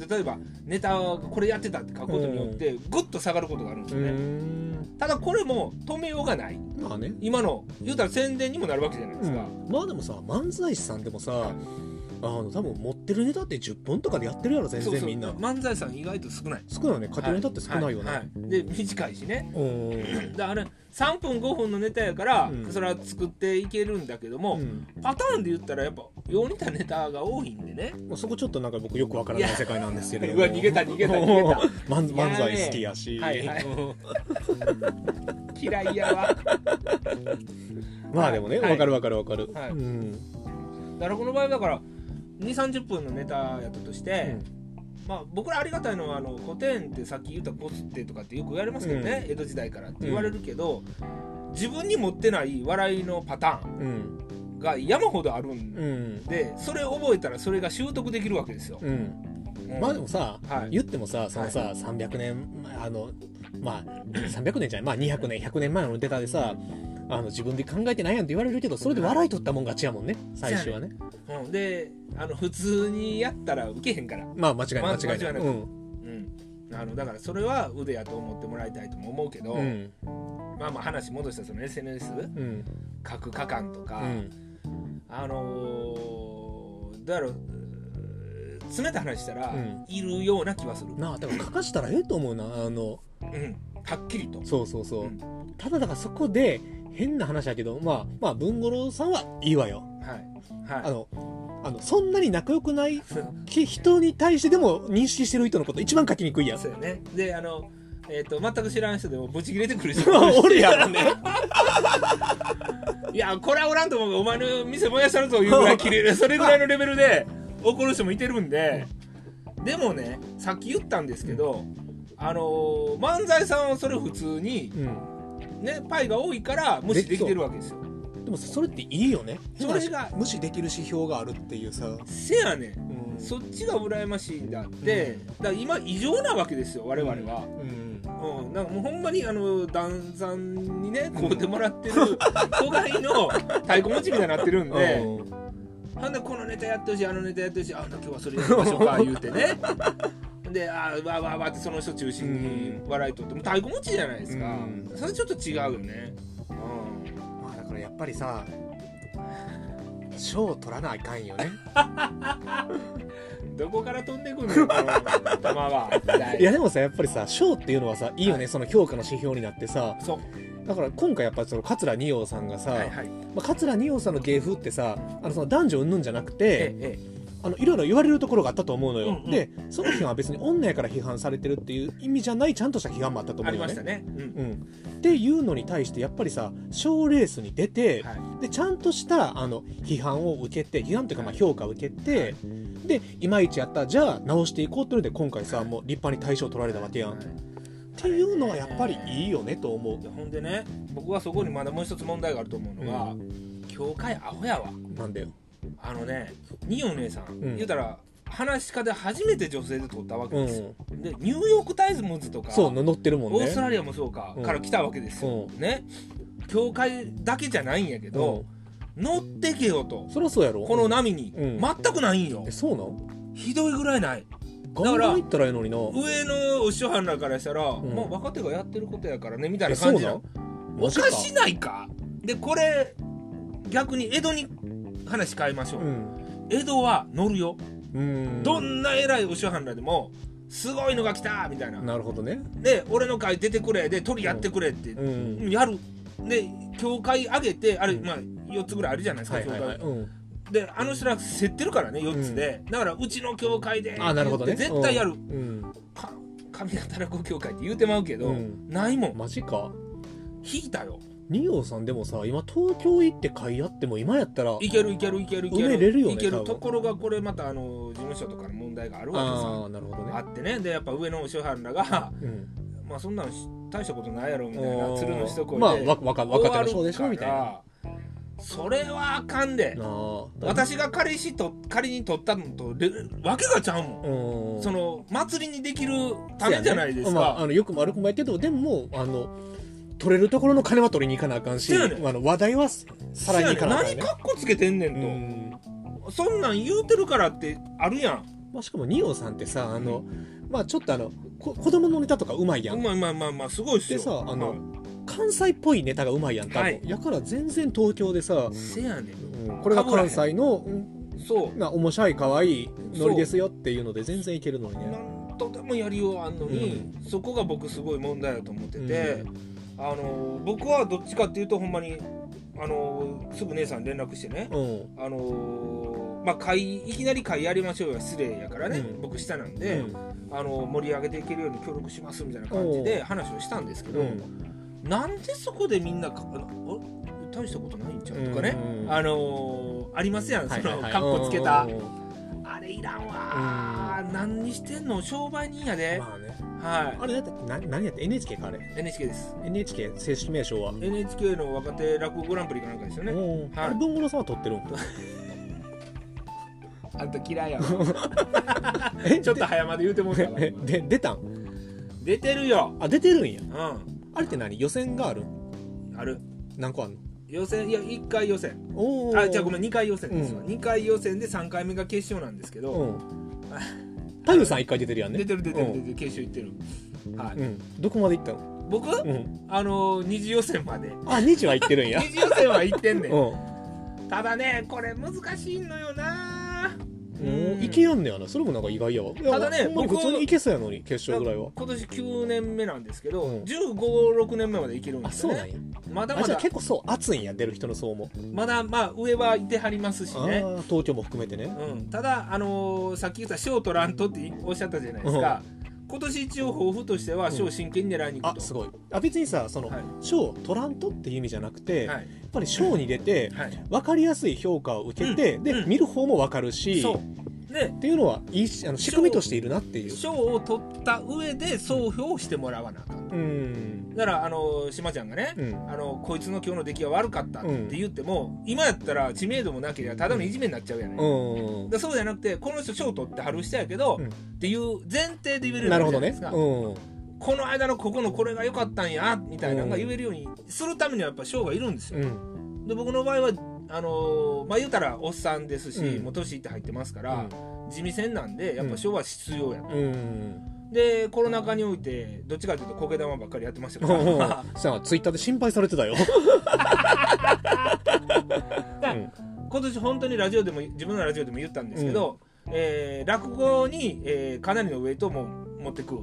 Speaker 1: 例えばネタをこれやってたって書くことによってぐっと下がることがあるんです
Speaker 2: う
Speaker 1: よね、
Speaker 2: ーん
Speaker 1: ただこれも止めようがない
Speaker 2: まあね
Speaker 1: 今の言うたら宣伝にもなるわけじゃないですか、
Speaker 2: まあでもさ漫才師さんでもさあの多分持ってるネタって10本とかでやってるやろ全
Speaker 1: そう
Speaker 2: 然
Speaker 1: そう
Speaker 2: みんな
Speaker 1: 漫才さん意外と少ない
Speaker 2: 少ないよね家庭ネタって少ないよ
Speaker 1: はは
Speaker 2: ね
Speaker 1: いで短いしね
Speaker 2: うん
Speaker 1: だから3分5分のネタやから、
Speaker 2: うん
Speaker 1: それは作っていけるんだけども、
Speaker 2: うん
Speaker 1: パターンで言ったらやっぱよう似たネタが多いんでね
Speaker 2: まあそこちょっとなんか僕よくわからない世界なんですけれど
Speaker 1: [LAUGHS] うわ逃げた逃げた逃げた
Speaker 2: 漫漫才好きやし
Speaker 1: はいはい
Speaker 2: うん
Speaker 1: [LAUGHS] 嫌いやわ
Speaker 2: まあでもね
Speaker 1: はい
Speaker 2: わかるわかるわかる
Speaker 1: はい
Speaker 2: うん
Speaker 1: だからこの場合だから2 3 0分のネタやったとして、まあ、僕らありがたいのはあの古典ってさっき言ったコスってとかってよく言われますけどね、江戸時代からって言われるけど、自分に持ってない笑いのパター
Speaker 2: うん
Speaker 1: ンが山ほどあるん
Speaker 2: うん
Speaker 1: で、それ覚えたらそれが習得できるわけですよ、
Speaker 2: うん
Speaker 1: うん
Speaker 2: まあでもさ、
Speaker 1: はい
Speaker 2: 言ってもさそのさ、300年まああのまあ300年じゃないまあ200年100年前のネタでさあの自分で考えてないやんって言われるけどそれで笑い取ったもん勝ちやもんね最初はね
Speaker 1: うん、であの普通にやったらウケへんから、
Speaker 2: まあ間違いない
Speaker 1: ま
Speaker 2: 間違いな
Speaker 1: 間違
Speaker 2: い
Speaker 1: いなく
Speaker 2: うん
Speaker 1: うん、あのだからそれは腕やと思ってもらいたいとも思うけど、
Speaker 2: うん
Speaker 1: まあまあ話戻したその SNS
Speaker 2: うん
Speaker 1: 核可感とか、
Speaker 2: うん
Speaker 1: あのー、だろううー詰めた話したら、
Speaker 2: うん
Speaker 1: いるような気はする、
Speaker 2: なあでも書かしたらええと思うなあの
Speaker 1: うん、はっきりと。
Speaker 2: そうそうそう、
Speaker 1: うん
Speaker 2: ただだからそこで変な話だけどまあまあ文五郎さんはいいわよ
Speaker 1: はいはい
Speaker 2: あのあのそんなに仲良くないき人に対してでも認識してる人のこと一番書きにくいやつ
Speaker 1: そうよね。で、あの、えっ、と、全く知らん人でもブチ切れてくる人もいるし
Speaker 2: [LAUGHS] おるやろね。
Speaker 1: [LAUGHS] いや、これはおらんと思うが、お前の店燃やしたるぞいうぐらい切れ
Speaker 2: [LAUGHS]
Speaker 1: る、それぐらいのレベルで怒る人もいてるんで、でもね、さっき言ったんですけど、あのー漫才さんはそれ普通に、
Speaker 2: うん、
Speaker 1: ね、パイが多いから無視できてるわけですよ。
Speaker 2: でもそれっていいよね
Speaker 1: それが
Speaker 2: 無視できる指標があるっていうさ、
Speaker 1: せやねん。
Speaker 2: うん
Speaker 1: そっちが羨ましいんだって、だから今異常なわけですよ、我々は。
Speaker 2: うん
Speaker 1: うん、なんかもうほんまにあの段さんにねこうてもら
Speaker 2: [LAUGHS]
Speaker 1: ってる子飼いの太鼓持ちみたいになってるんで
Speaker 2: うん
Speaker 1: ほんでこのネタやってほしいあのネタやってほしいあんな今日はそれやりましょう
Speaker 2: [LAUGHS]
Speaker 1: か言うてねであーわーわーわーってその人中心に笑いとってもう太鼓持ちじゃないですか、
Speaker 2: うん
Speaker 1: それちょっと違うよね
Speaker 2: まあだからやっぱりさ賞を取らなあかんよね
Speaker 1: うんどこから飛んでくん
Speaker 2: [LAUGHS]
Speaker 1: のよこの玉は一体
Speaker 2: [LAUGHS] いやでもさやっぱりさ賞っていうのはさいいよね、その評価の指標になってさ
Speaker 1: そう
Speaker 2: だから今回やっぱりその桂二葉さんがさ、
Speaker 1: はいはい
Speaker 2: まあ、桂二葉さんの芸風ってさあのその男女云々じゃなく
Speaker 1: え
Speaker 2: て、
Speaker 1: え
Speaker 2: あのいろいろ言われるところがあったと思うのよ、
Speaker 1: うんうん
Speaker 2: でその人は別に女やから批判されてるっていう意味じゃないちゃんとした批判もあったと
Speaker 1: あ
Speaker 2: 思う
Speaker 1: り
Speaker 2: よ
Speaker 1: ま
Speaker 2: ね
Speaker 1: したねうん
Speaker 2: うん、っていうのに対してやっぱりさ賞レースに出て、
Speaker 1: はい
Speaker 2: でちゃんとしたあの批判を受けて批判というかまあ
Speaker 1: はい
Speaker 2: 評価を受けて、でいまいちやったじゃあ直していこうというので今回さもう立派に大賞取られたわけやん、
Speaker 1: はい
Speaker 2: っていうのはやっぱりいいよねと思う
Speaker 1: いやほんでね僕はそこにまだもう一つ問題があると思うのが、
Speaker 2: う
Speaker 1: 教会アホやわ
Speaker 2: なんだよ
Speaker 1: あのねニオ姉さん、
Speaker 2: ん
Speaker 1: 言うたら話し家で初めて女性で撮ったわけ
Speaker 2: う
Speaker 1: ですよ、
Speaker 2: ん
Speaker 1: でニューヨーク・タイズムズとか
Speaker 2: そう乗ってるもんね
Speaker 1: オーストラリアもそうか、
Speaker 2: うん
Speaker 1: から来たわけですよ、ね教会だけじゃないんやけ
Speaker 2: う
Speaker 1: ど、
Speaker 2: ん
Speaker 1: 乗ってけよと
Speaker 2: そりゃそうやろ
Speaker 1: この波に、
Speaker 2: うん
Speaker 1: 全くないんよ
Speaker 2: えそうなん
Speaker 1: ひどいぐらいない
Speaker 2: ガンガン行ったらいいのにな
Speaker 1: 上のお師匠はんらからしたら、
Speaker 2: ん
Speaker 1: まあ若手がやってることやからねみたい
Speaker 2: え
Speaker 1: な
Speaker 2: そう
Speaker 1: 感じ
Speaker 2: な
Speaker 1: なんお
Speaker 2: マジ
Speaker 1: かしないかでこれ逆に江戸に話変えましょう、
Speaker 2: うん
Speaker 1: 江戸は乗るよ、
Speaker 2: うん
Speaker 1: どんな偉いお師飯らでもすごいのが来たみたいな
Speaker 2: なるほどね
Speaker 1: で俺の会出てくれで鳥やってくれって、
Speaker 2: うん
Speaker 1: やるで教会上げてあれ、
Speaker 2: うん
Speaker 1: まあ4つぐらいあるじゃないですか、
Speaker 2: はいはいはい
Speaker 1: 教
Speaker 2: うん
Speaker 1: 会であの人ら競ってるからね4つで、だからうちの教会で
Speaker 2: あなるほどね
Speaker 1: って絶対やる、
Speaker 2: うん
Speaker 1: か神がたらこ教会って言うてまうけど、
Speaker 2: うん
Speaker 1: ないもん
Speaker 2: マジか
Speaker 1: 引いたよ
Speaker 2: 二葉さんでもさ今東京行って買い合っても今やったら
Speaker 1: いけるいけるいけるいける
Speaker 2: 埋めれるよね
Speaker 1: いけ
Speaker 2: 多
Speaker 1: る
Speaker 2: 分
Speaker 1: ところがこれまたあの事務所とかの問題があるわ
Speaker 2: ああなるほど
Speaker 1: け
Speaker 2: ね
Speaker 1: さあってねでやっぱ上のお師匠はんらが [LAUGHS]
Speaker 2: うん
Speaker 1: まあそんなのし大したことないやろみたいな鶴の一声で、
Speaker 2: まあわわか若手の賞でしょみたいな
Speaker 1: なそれはあかんで
Speaker 2: ああ
Speaker 1: 私が彼氏と仮に取ったのとれわけがちゃうもん
Speaker 2: うん
Speaker 1: その祭りにできるためじゃないです
Speaker 2: そうやねまあ、
Speaker 1: か
Speaker 2: あのよくも悪くもやけどでもあの取れるところの金は取りに行かなあかんし、
Speaker 1: そうやね
Speaker 2: あの話題はさ
Speaker 1: そ
Speaker 2: ら
Speaker 1: や
Speaker 2: に
Speaker 1: ね
Speaker 2: 行かなあかん
Speaker 1: 何かっこつけてんね
Speaker 2: うんん
Speaker 1: とそんなん言うてるからってあるやん
Speaker 2: まあ、しかも二葉さんってさあの、まあちょっとあのこ子供のネタとかうまいや
Speaker 1: うんまいまあまあまあすごいっすよ
Speaker 2: でさあの、
Speaker 1: はい
Speaker 2: 関西っぽいネタがうまいやん多分、
Speaker 1: はい
Speaker 2: やから全然東京でさ、
Speaker 1: せやね
Speaker 2: うんこれが関西のうん
Speaker 1: んそう
Speaker 2: な面白い可愛いノリですよっていうので全然いけるのにね
Speaker 1: なんとでもやりようあんのに、そこが僕すごい問題だと思ってて、あの僕はどっちかっていうとほんまにあのすぐ姉さんに連絡してね、
Speaker 2: うん
Speaker 1: あのまあ会いきなり会やりましょうよ失礼やからね、
Speaker 2: うん
Speaker 1: 僕下なん
Speaker 2: う
Speaker 1: で、
Speaker 2: ん
Speaker 1: あの盛り上げていけるように協力しますみたいな感じで話をしたんですけど、
Speaker 2: うん
Speaker 1: なんでそこでみんなかあのあ大したことないんちゃうとかね、
Speaker 2: うん
Speaker 1: あのありますやんそ
Speaker 2: はいはい
Speaker 1: の
Speaker 2: はい
Speaker 1: かっこつけた
Speaker 2: うんうんうん
Speaker 1: あれいらんわー何にしてんの商売人やで、
Speaker 2: まあね
Speaker 1: はい
Speaker 2: あれだってな何やって NHK かあれ
Speaker 1: NHK です。
Speaker 2: NHK 正式名称は、
Speaker 1: NHK の若手落語グランプリかなんかですよね。
Speaker 2: うん
Speaker 1: はい
Speaker 2: あれ文五郎さんは撮ってるん
Speaker 1: あんた嫌いやわ [LAUGHS] ちょっと早まで言うてもうた
Speaker 2: [LAUGHS]
Speaker 1: わ
Speaker 2: え
Speaker 1: 今
Speaker 2: で出たん
Speaker 1: 出てるよ
Speaker 2: あ出てるんや
Speaker 1: うん
Speaker 2: あれって何予選がある
Speaker 1: ある
Speaker 2: 何個あるの
Speaker 1: 予選いや1回予選
Speaker 2: おお
Speaker 1: あじゃあごめん2回予選ですわ、
Speaker 2: うん
Speaker 1: 2回予選で3回目が決勝なんですけ
Speaker 2: う
Speaker 1: ど、
Speaker 2: ん太陽さん一回出てるやんね
Speaker 1: 出てる出てる出
Speaker 2: う
Speaker 1: て
Speaker 2: ん
Speaker 1: る決勝行ってる、はい
Speaker 2: うんどこまで行ったの
Speaker 1: 僕
Speaker 2: うん
Speaker 1: あのー、二次予選まで
Speaker 2: あ二2は行って
Speaker 1: [LAUGHS]
Speaker 2: るんや
Speaker 1: 二次予選は行ってんね
Speaker 2: [LAUGHS] うんんも
Speaker 1: ただねこれ難しいのよな
Speaker 2: う行けやんねやなそれもなんか意外やわ
Speaker 1: ただね
Speaker 2: ほんまに普
Speaker 1: 僕
Speaker 2: 通に行けそうやのに決勝ぐらいは
Speaker 1: 今年9年目なんですけど、
Speaker 2: うん
Speaker 1: 1 5 6年目までいけるんで
Speaker 2: あ
Speaker 1: す
Speaker 2: そう
Speaker 1: よ
Speaker 2: なん
Speaker 1: ね
Speaker 2: や
Speaker 1: まだ
Speaker 2: あ
Speaker 1: ま
Speaker 2: じゃあ
Speaker 1: だ
Speaker 2: 結構そう熱いんや出る人の層も
Speaker 1: まだまあ上はいてはりますし
Speaker 2: あ
Speaker 1: ね
Speaker 2: ー東京も含めてね
Speaker 1: うん、ただ、あのーさっき言った賞取らんとっておっしゃったじゃないですか、今年一応抱負としては賞を真剣に狙いに行
Speaker 2: あ
Speaker 1: く
Speaker 2: す
Speaker 1: と、
Speaker 2: ごいあ別にさその
Speaker 1: はい
Speaker 2: 賞を取らんとっていう意味じゃなくてや
Speaker 1: はい
Speaker 2: っぱり賞に出て
Speaker 1: はい
Speaker 2: 分かりやすい評価を受けて
Speaker 1: うん
Speaker 2: で
Speaker 1: うん
Speaker 2: 見る方も分かるし
Speaker 1: そ
Speaker 2: っ
Speaker 1: うで
Speaker 2: ていうのはいいしあの仕組みとしているなっていう
Speaker 1: 賞を取った上で総評をしてもらわなあかん
Speaker 2: うん
Speaker 1: だからあの島ちゃんがね、
Speaker 2: うん
Speaker 1: あのこいつの今日の出来は悪かったって言っても、今やったら知名度もなければただのいじめになっちゃうやない、
Speaker 2: う
Speaker 1: だか
Speaker 2: ん
Speaker 1: らそうじゃなくてこの人賞取ってはる人やけど、
Speaker 2: うん
Speaker 1: っていう前提で言えるように
Speaker 2: な
Speaker 1: な
Speaker 2: る
Speaker 1: るじ
Speaker 2: ほど
Speaker 1: ゃない
Speaker 2: ね
Speaker 1: ですか、
Speaker 2: うん
Speaker 1: この間のここのこれが良かったんやみたいなのが言えるようにするためにはやっぱ賞がいるんですよ、
Speaker 2: うん
Speaker 1: で僕の場合はあのーまあ言うたらおっさんですし、
Speaker 2: うん
Speaker 1: もう年いって入ってますから、地味戦なんでやっぱ賞は必要やと、
Speaker 2: うん
Speaker 1: でコロナ禍においてどっちかというと苔玉ばっかりやってましたか
Speaker 2: う
Speaker 1: ら、
Speaker 2: んさあツイッターで心配されてたよう
Speaker 1: [LAUGHS]
Speaker 2: ん
Speaker 1: 今年本当にラジオでも自分のラジオでも言ったんですけど、えー落語に、えーかなりのウェイトも持ってく
Speaker 2: も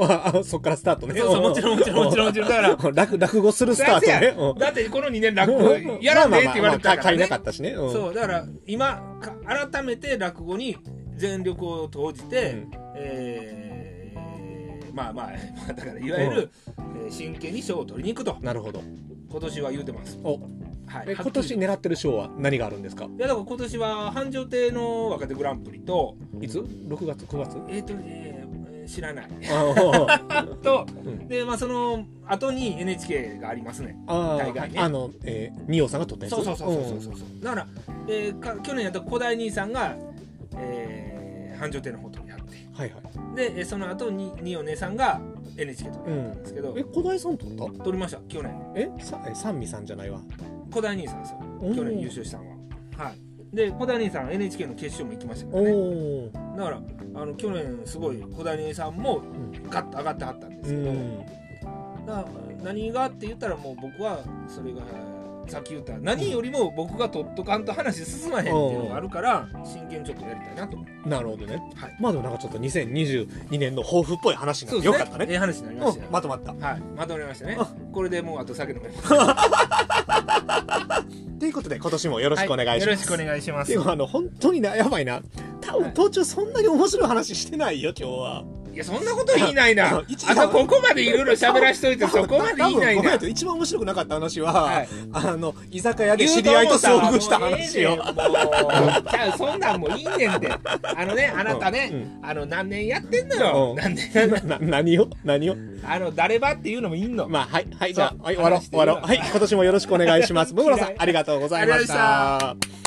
Speaker 2: うあ [LAUGHS] そっからスタートね
Speaker 1: そうそうもちろんもちろんもちろんもちろんだから
Speaker 2: ら落落語するスタート
Speaker 1: だ
Speaker 2: ね
Speaker 1: っ
Speaker 2: うん
Speaker 1: てだってこの2年落語やらねえって言われた
Speaker 2: まあまあ
Speaker 1: から、
Speaker 2: まあまあ借り
Speaker 1: ね
Speaker 2: なかったしねうん
Speaker 1: そうだから今か改めて落語に全力を投じて、
Speaker 2: うん
Speaker 1: えーまあまあだからいわゆる、えー真剣に賞を取りに行くと
Speaker 2: なるほど
Speaker 1: 今年は言うてます、
Speaker 2: お
Speaker 1: はい、
Speaker 2: え
Speaker 1: はっきり
Speaker 2: 今年
Speaker 1: い
Speaker 2: 狙ってる賞は何があるんですか
Speaker 1: やだから今年は繁盛亭の若手グランプリと
Speaker 2: いつ6月9月
Speaker 1: えっ、とね、えー知らない
Speaker 2: あ
Speaker 1: と、
Speaker 2: うん
Speaker 1: でまあその後に NHK がありますね
Speaker 2: あ
Speaker 1: 大概ね
Speaker 2: ーあのえー二葉さんが撮ったやつ
Speaker 1: そうそうそうそうそうそうだから、えーか去年やった古代兄さんが、えー繁盛亭の方とやって
Speaker 2: うんはいはい
Speaker 1: でえーその後ににお姉さんが NHK とやったんですけど、
Speaker 2: え小田井さん撮った
Speaker 1: 取りました去年
Speaker 2: えさえ三味さんじゃないわ
Speaker 1: 古代兄さんですよ
Speaker 2: おー
Speaker 1: 去年優勝したのははいで古代兄さん NHK の決勝も行きましたか
Speaker 2: お
Speaker 1: らね
Speaker 2: おー
Speaker 1: だからあの去年すごい古代兄さんもガッと上がってはったんで
Speaker 2: う
Speaker 1: すけど、
Speaker 2: ん
Speaker 1: な何がって言ったらもう僕はそれがさっき言った何よりも僕が取っとかんと話進まへんっていうのがあるから真剣にちょっとやりたいなと思って
Speaker 2: なるほどね
Speaker 1: はい
Speaker 2: まあでもなんかちょっと2022年の抱負っぽい話になって
Speaker 1: そ
Speaker 2: よ
Speaker 1: う
Speaker 2: か
Speaker 1: です
Speaker 2: ったね
Speaker 1: ええ話になりましたよ
Speaker 2: うんまとまった
Speaker 1: はいまとめましたね
Speaker 2: あ
Speaker 1: これでもうあと酒飲めます
Speaker 2: ということで今年もよろしくお願いし
Speaker 1: は
Speaker 2: ま
Speaker 1: よろし
Speaker 2: す
Speaker 1: くお願いします
Speaker 2: でもあの本当になやばいな多分途中そんなに面白い話してないよ今日はい
Speaker 1: やそんなこと言いないな
Speaker 2: あの
Speaker 1: あ
Speaker 2: [LAUGHS] 一
Speaker 1: のここまでいろいろ喋らしといてそこまで言いない
Speaker 2: 多分ごめん
Speaker 1: な
Speaker 2: なさい一番面白くなかった話は、
Speaker 1: はい
Speaker 2: あの居酒屋で知り合いと遭遇した話
Speaker 1: も
Speaker 2: よ
Speaker 1: うええねんもうちゃうそんなんもういいねんってあのねあなたね、あの何年やってんのよ、
Speaker 2: うん
Speaker 1: 何年
Speaker 2: なな何を何を
Speaker 1: あの誰ばっていうのもいいの
Speaker 2: まあはいはいじゃ
Speaker 1: そう
Speaker 2: あ、はい、終わろう
Speaker 1: 話して
Speaker 2: 終
Speaker 1: いい
Speaker 2: わ
Speaker 1: の
Speaker 2: [LAUGHS] ろうはい今年もよろしくお願いしますムムラさんありがとうございまし
Speaker 1: ありが
Speaker 2: た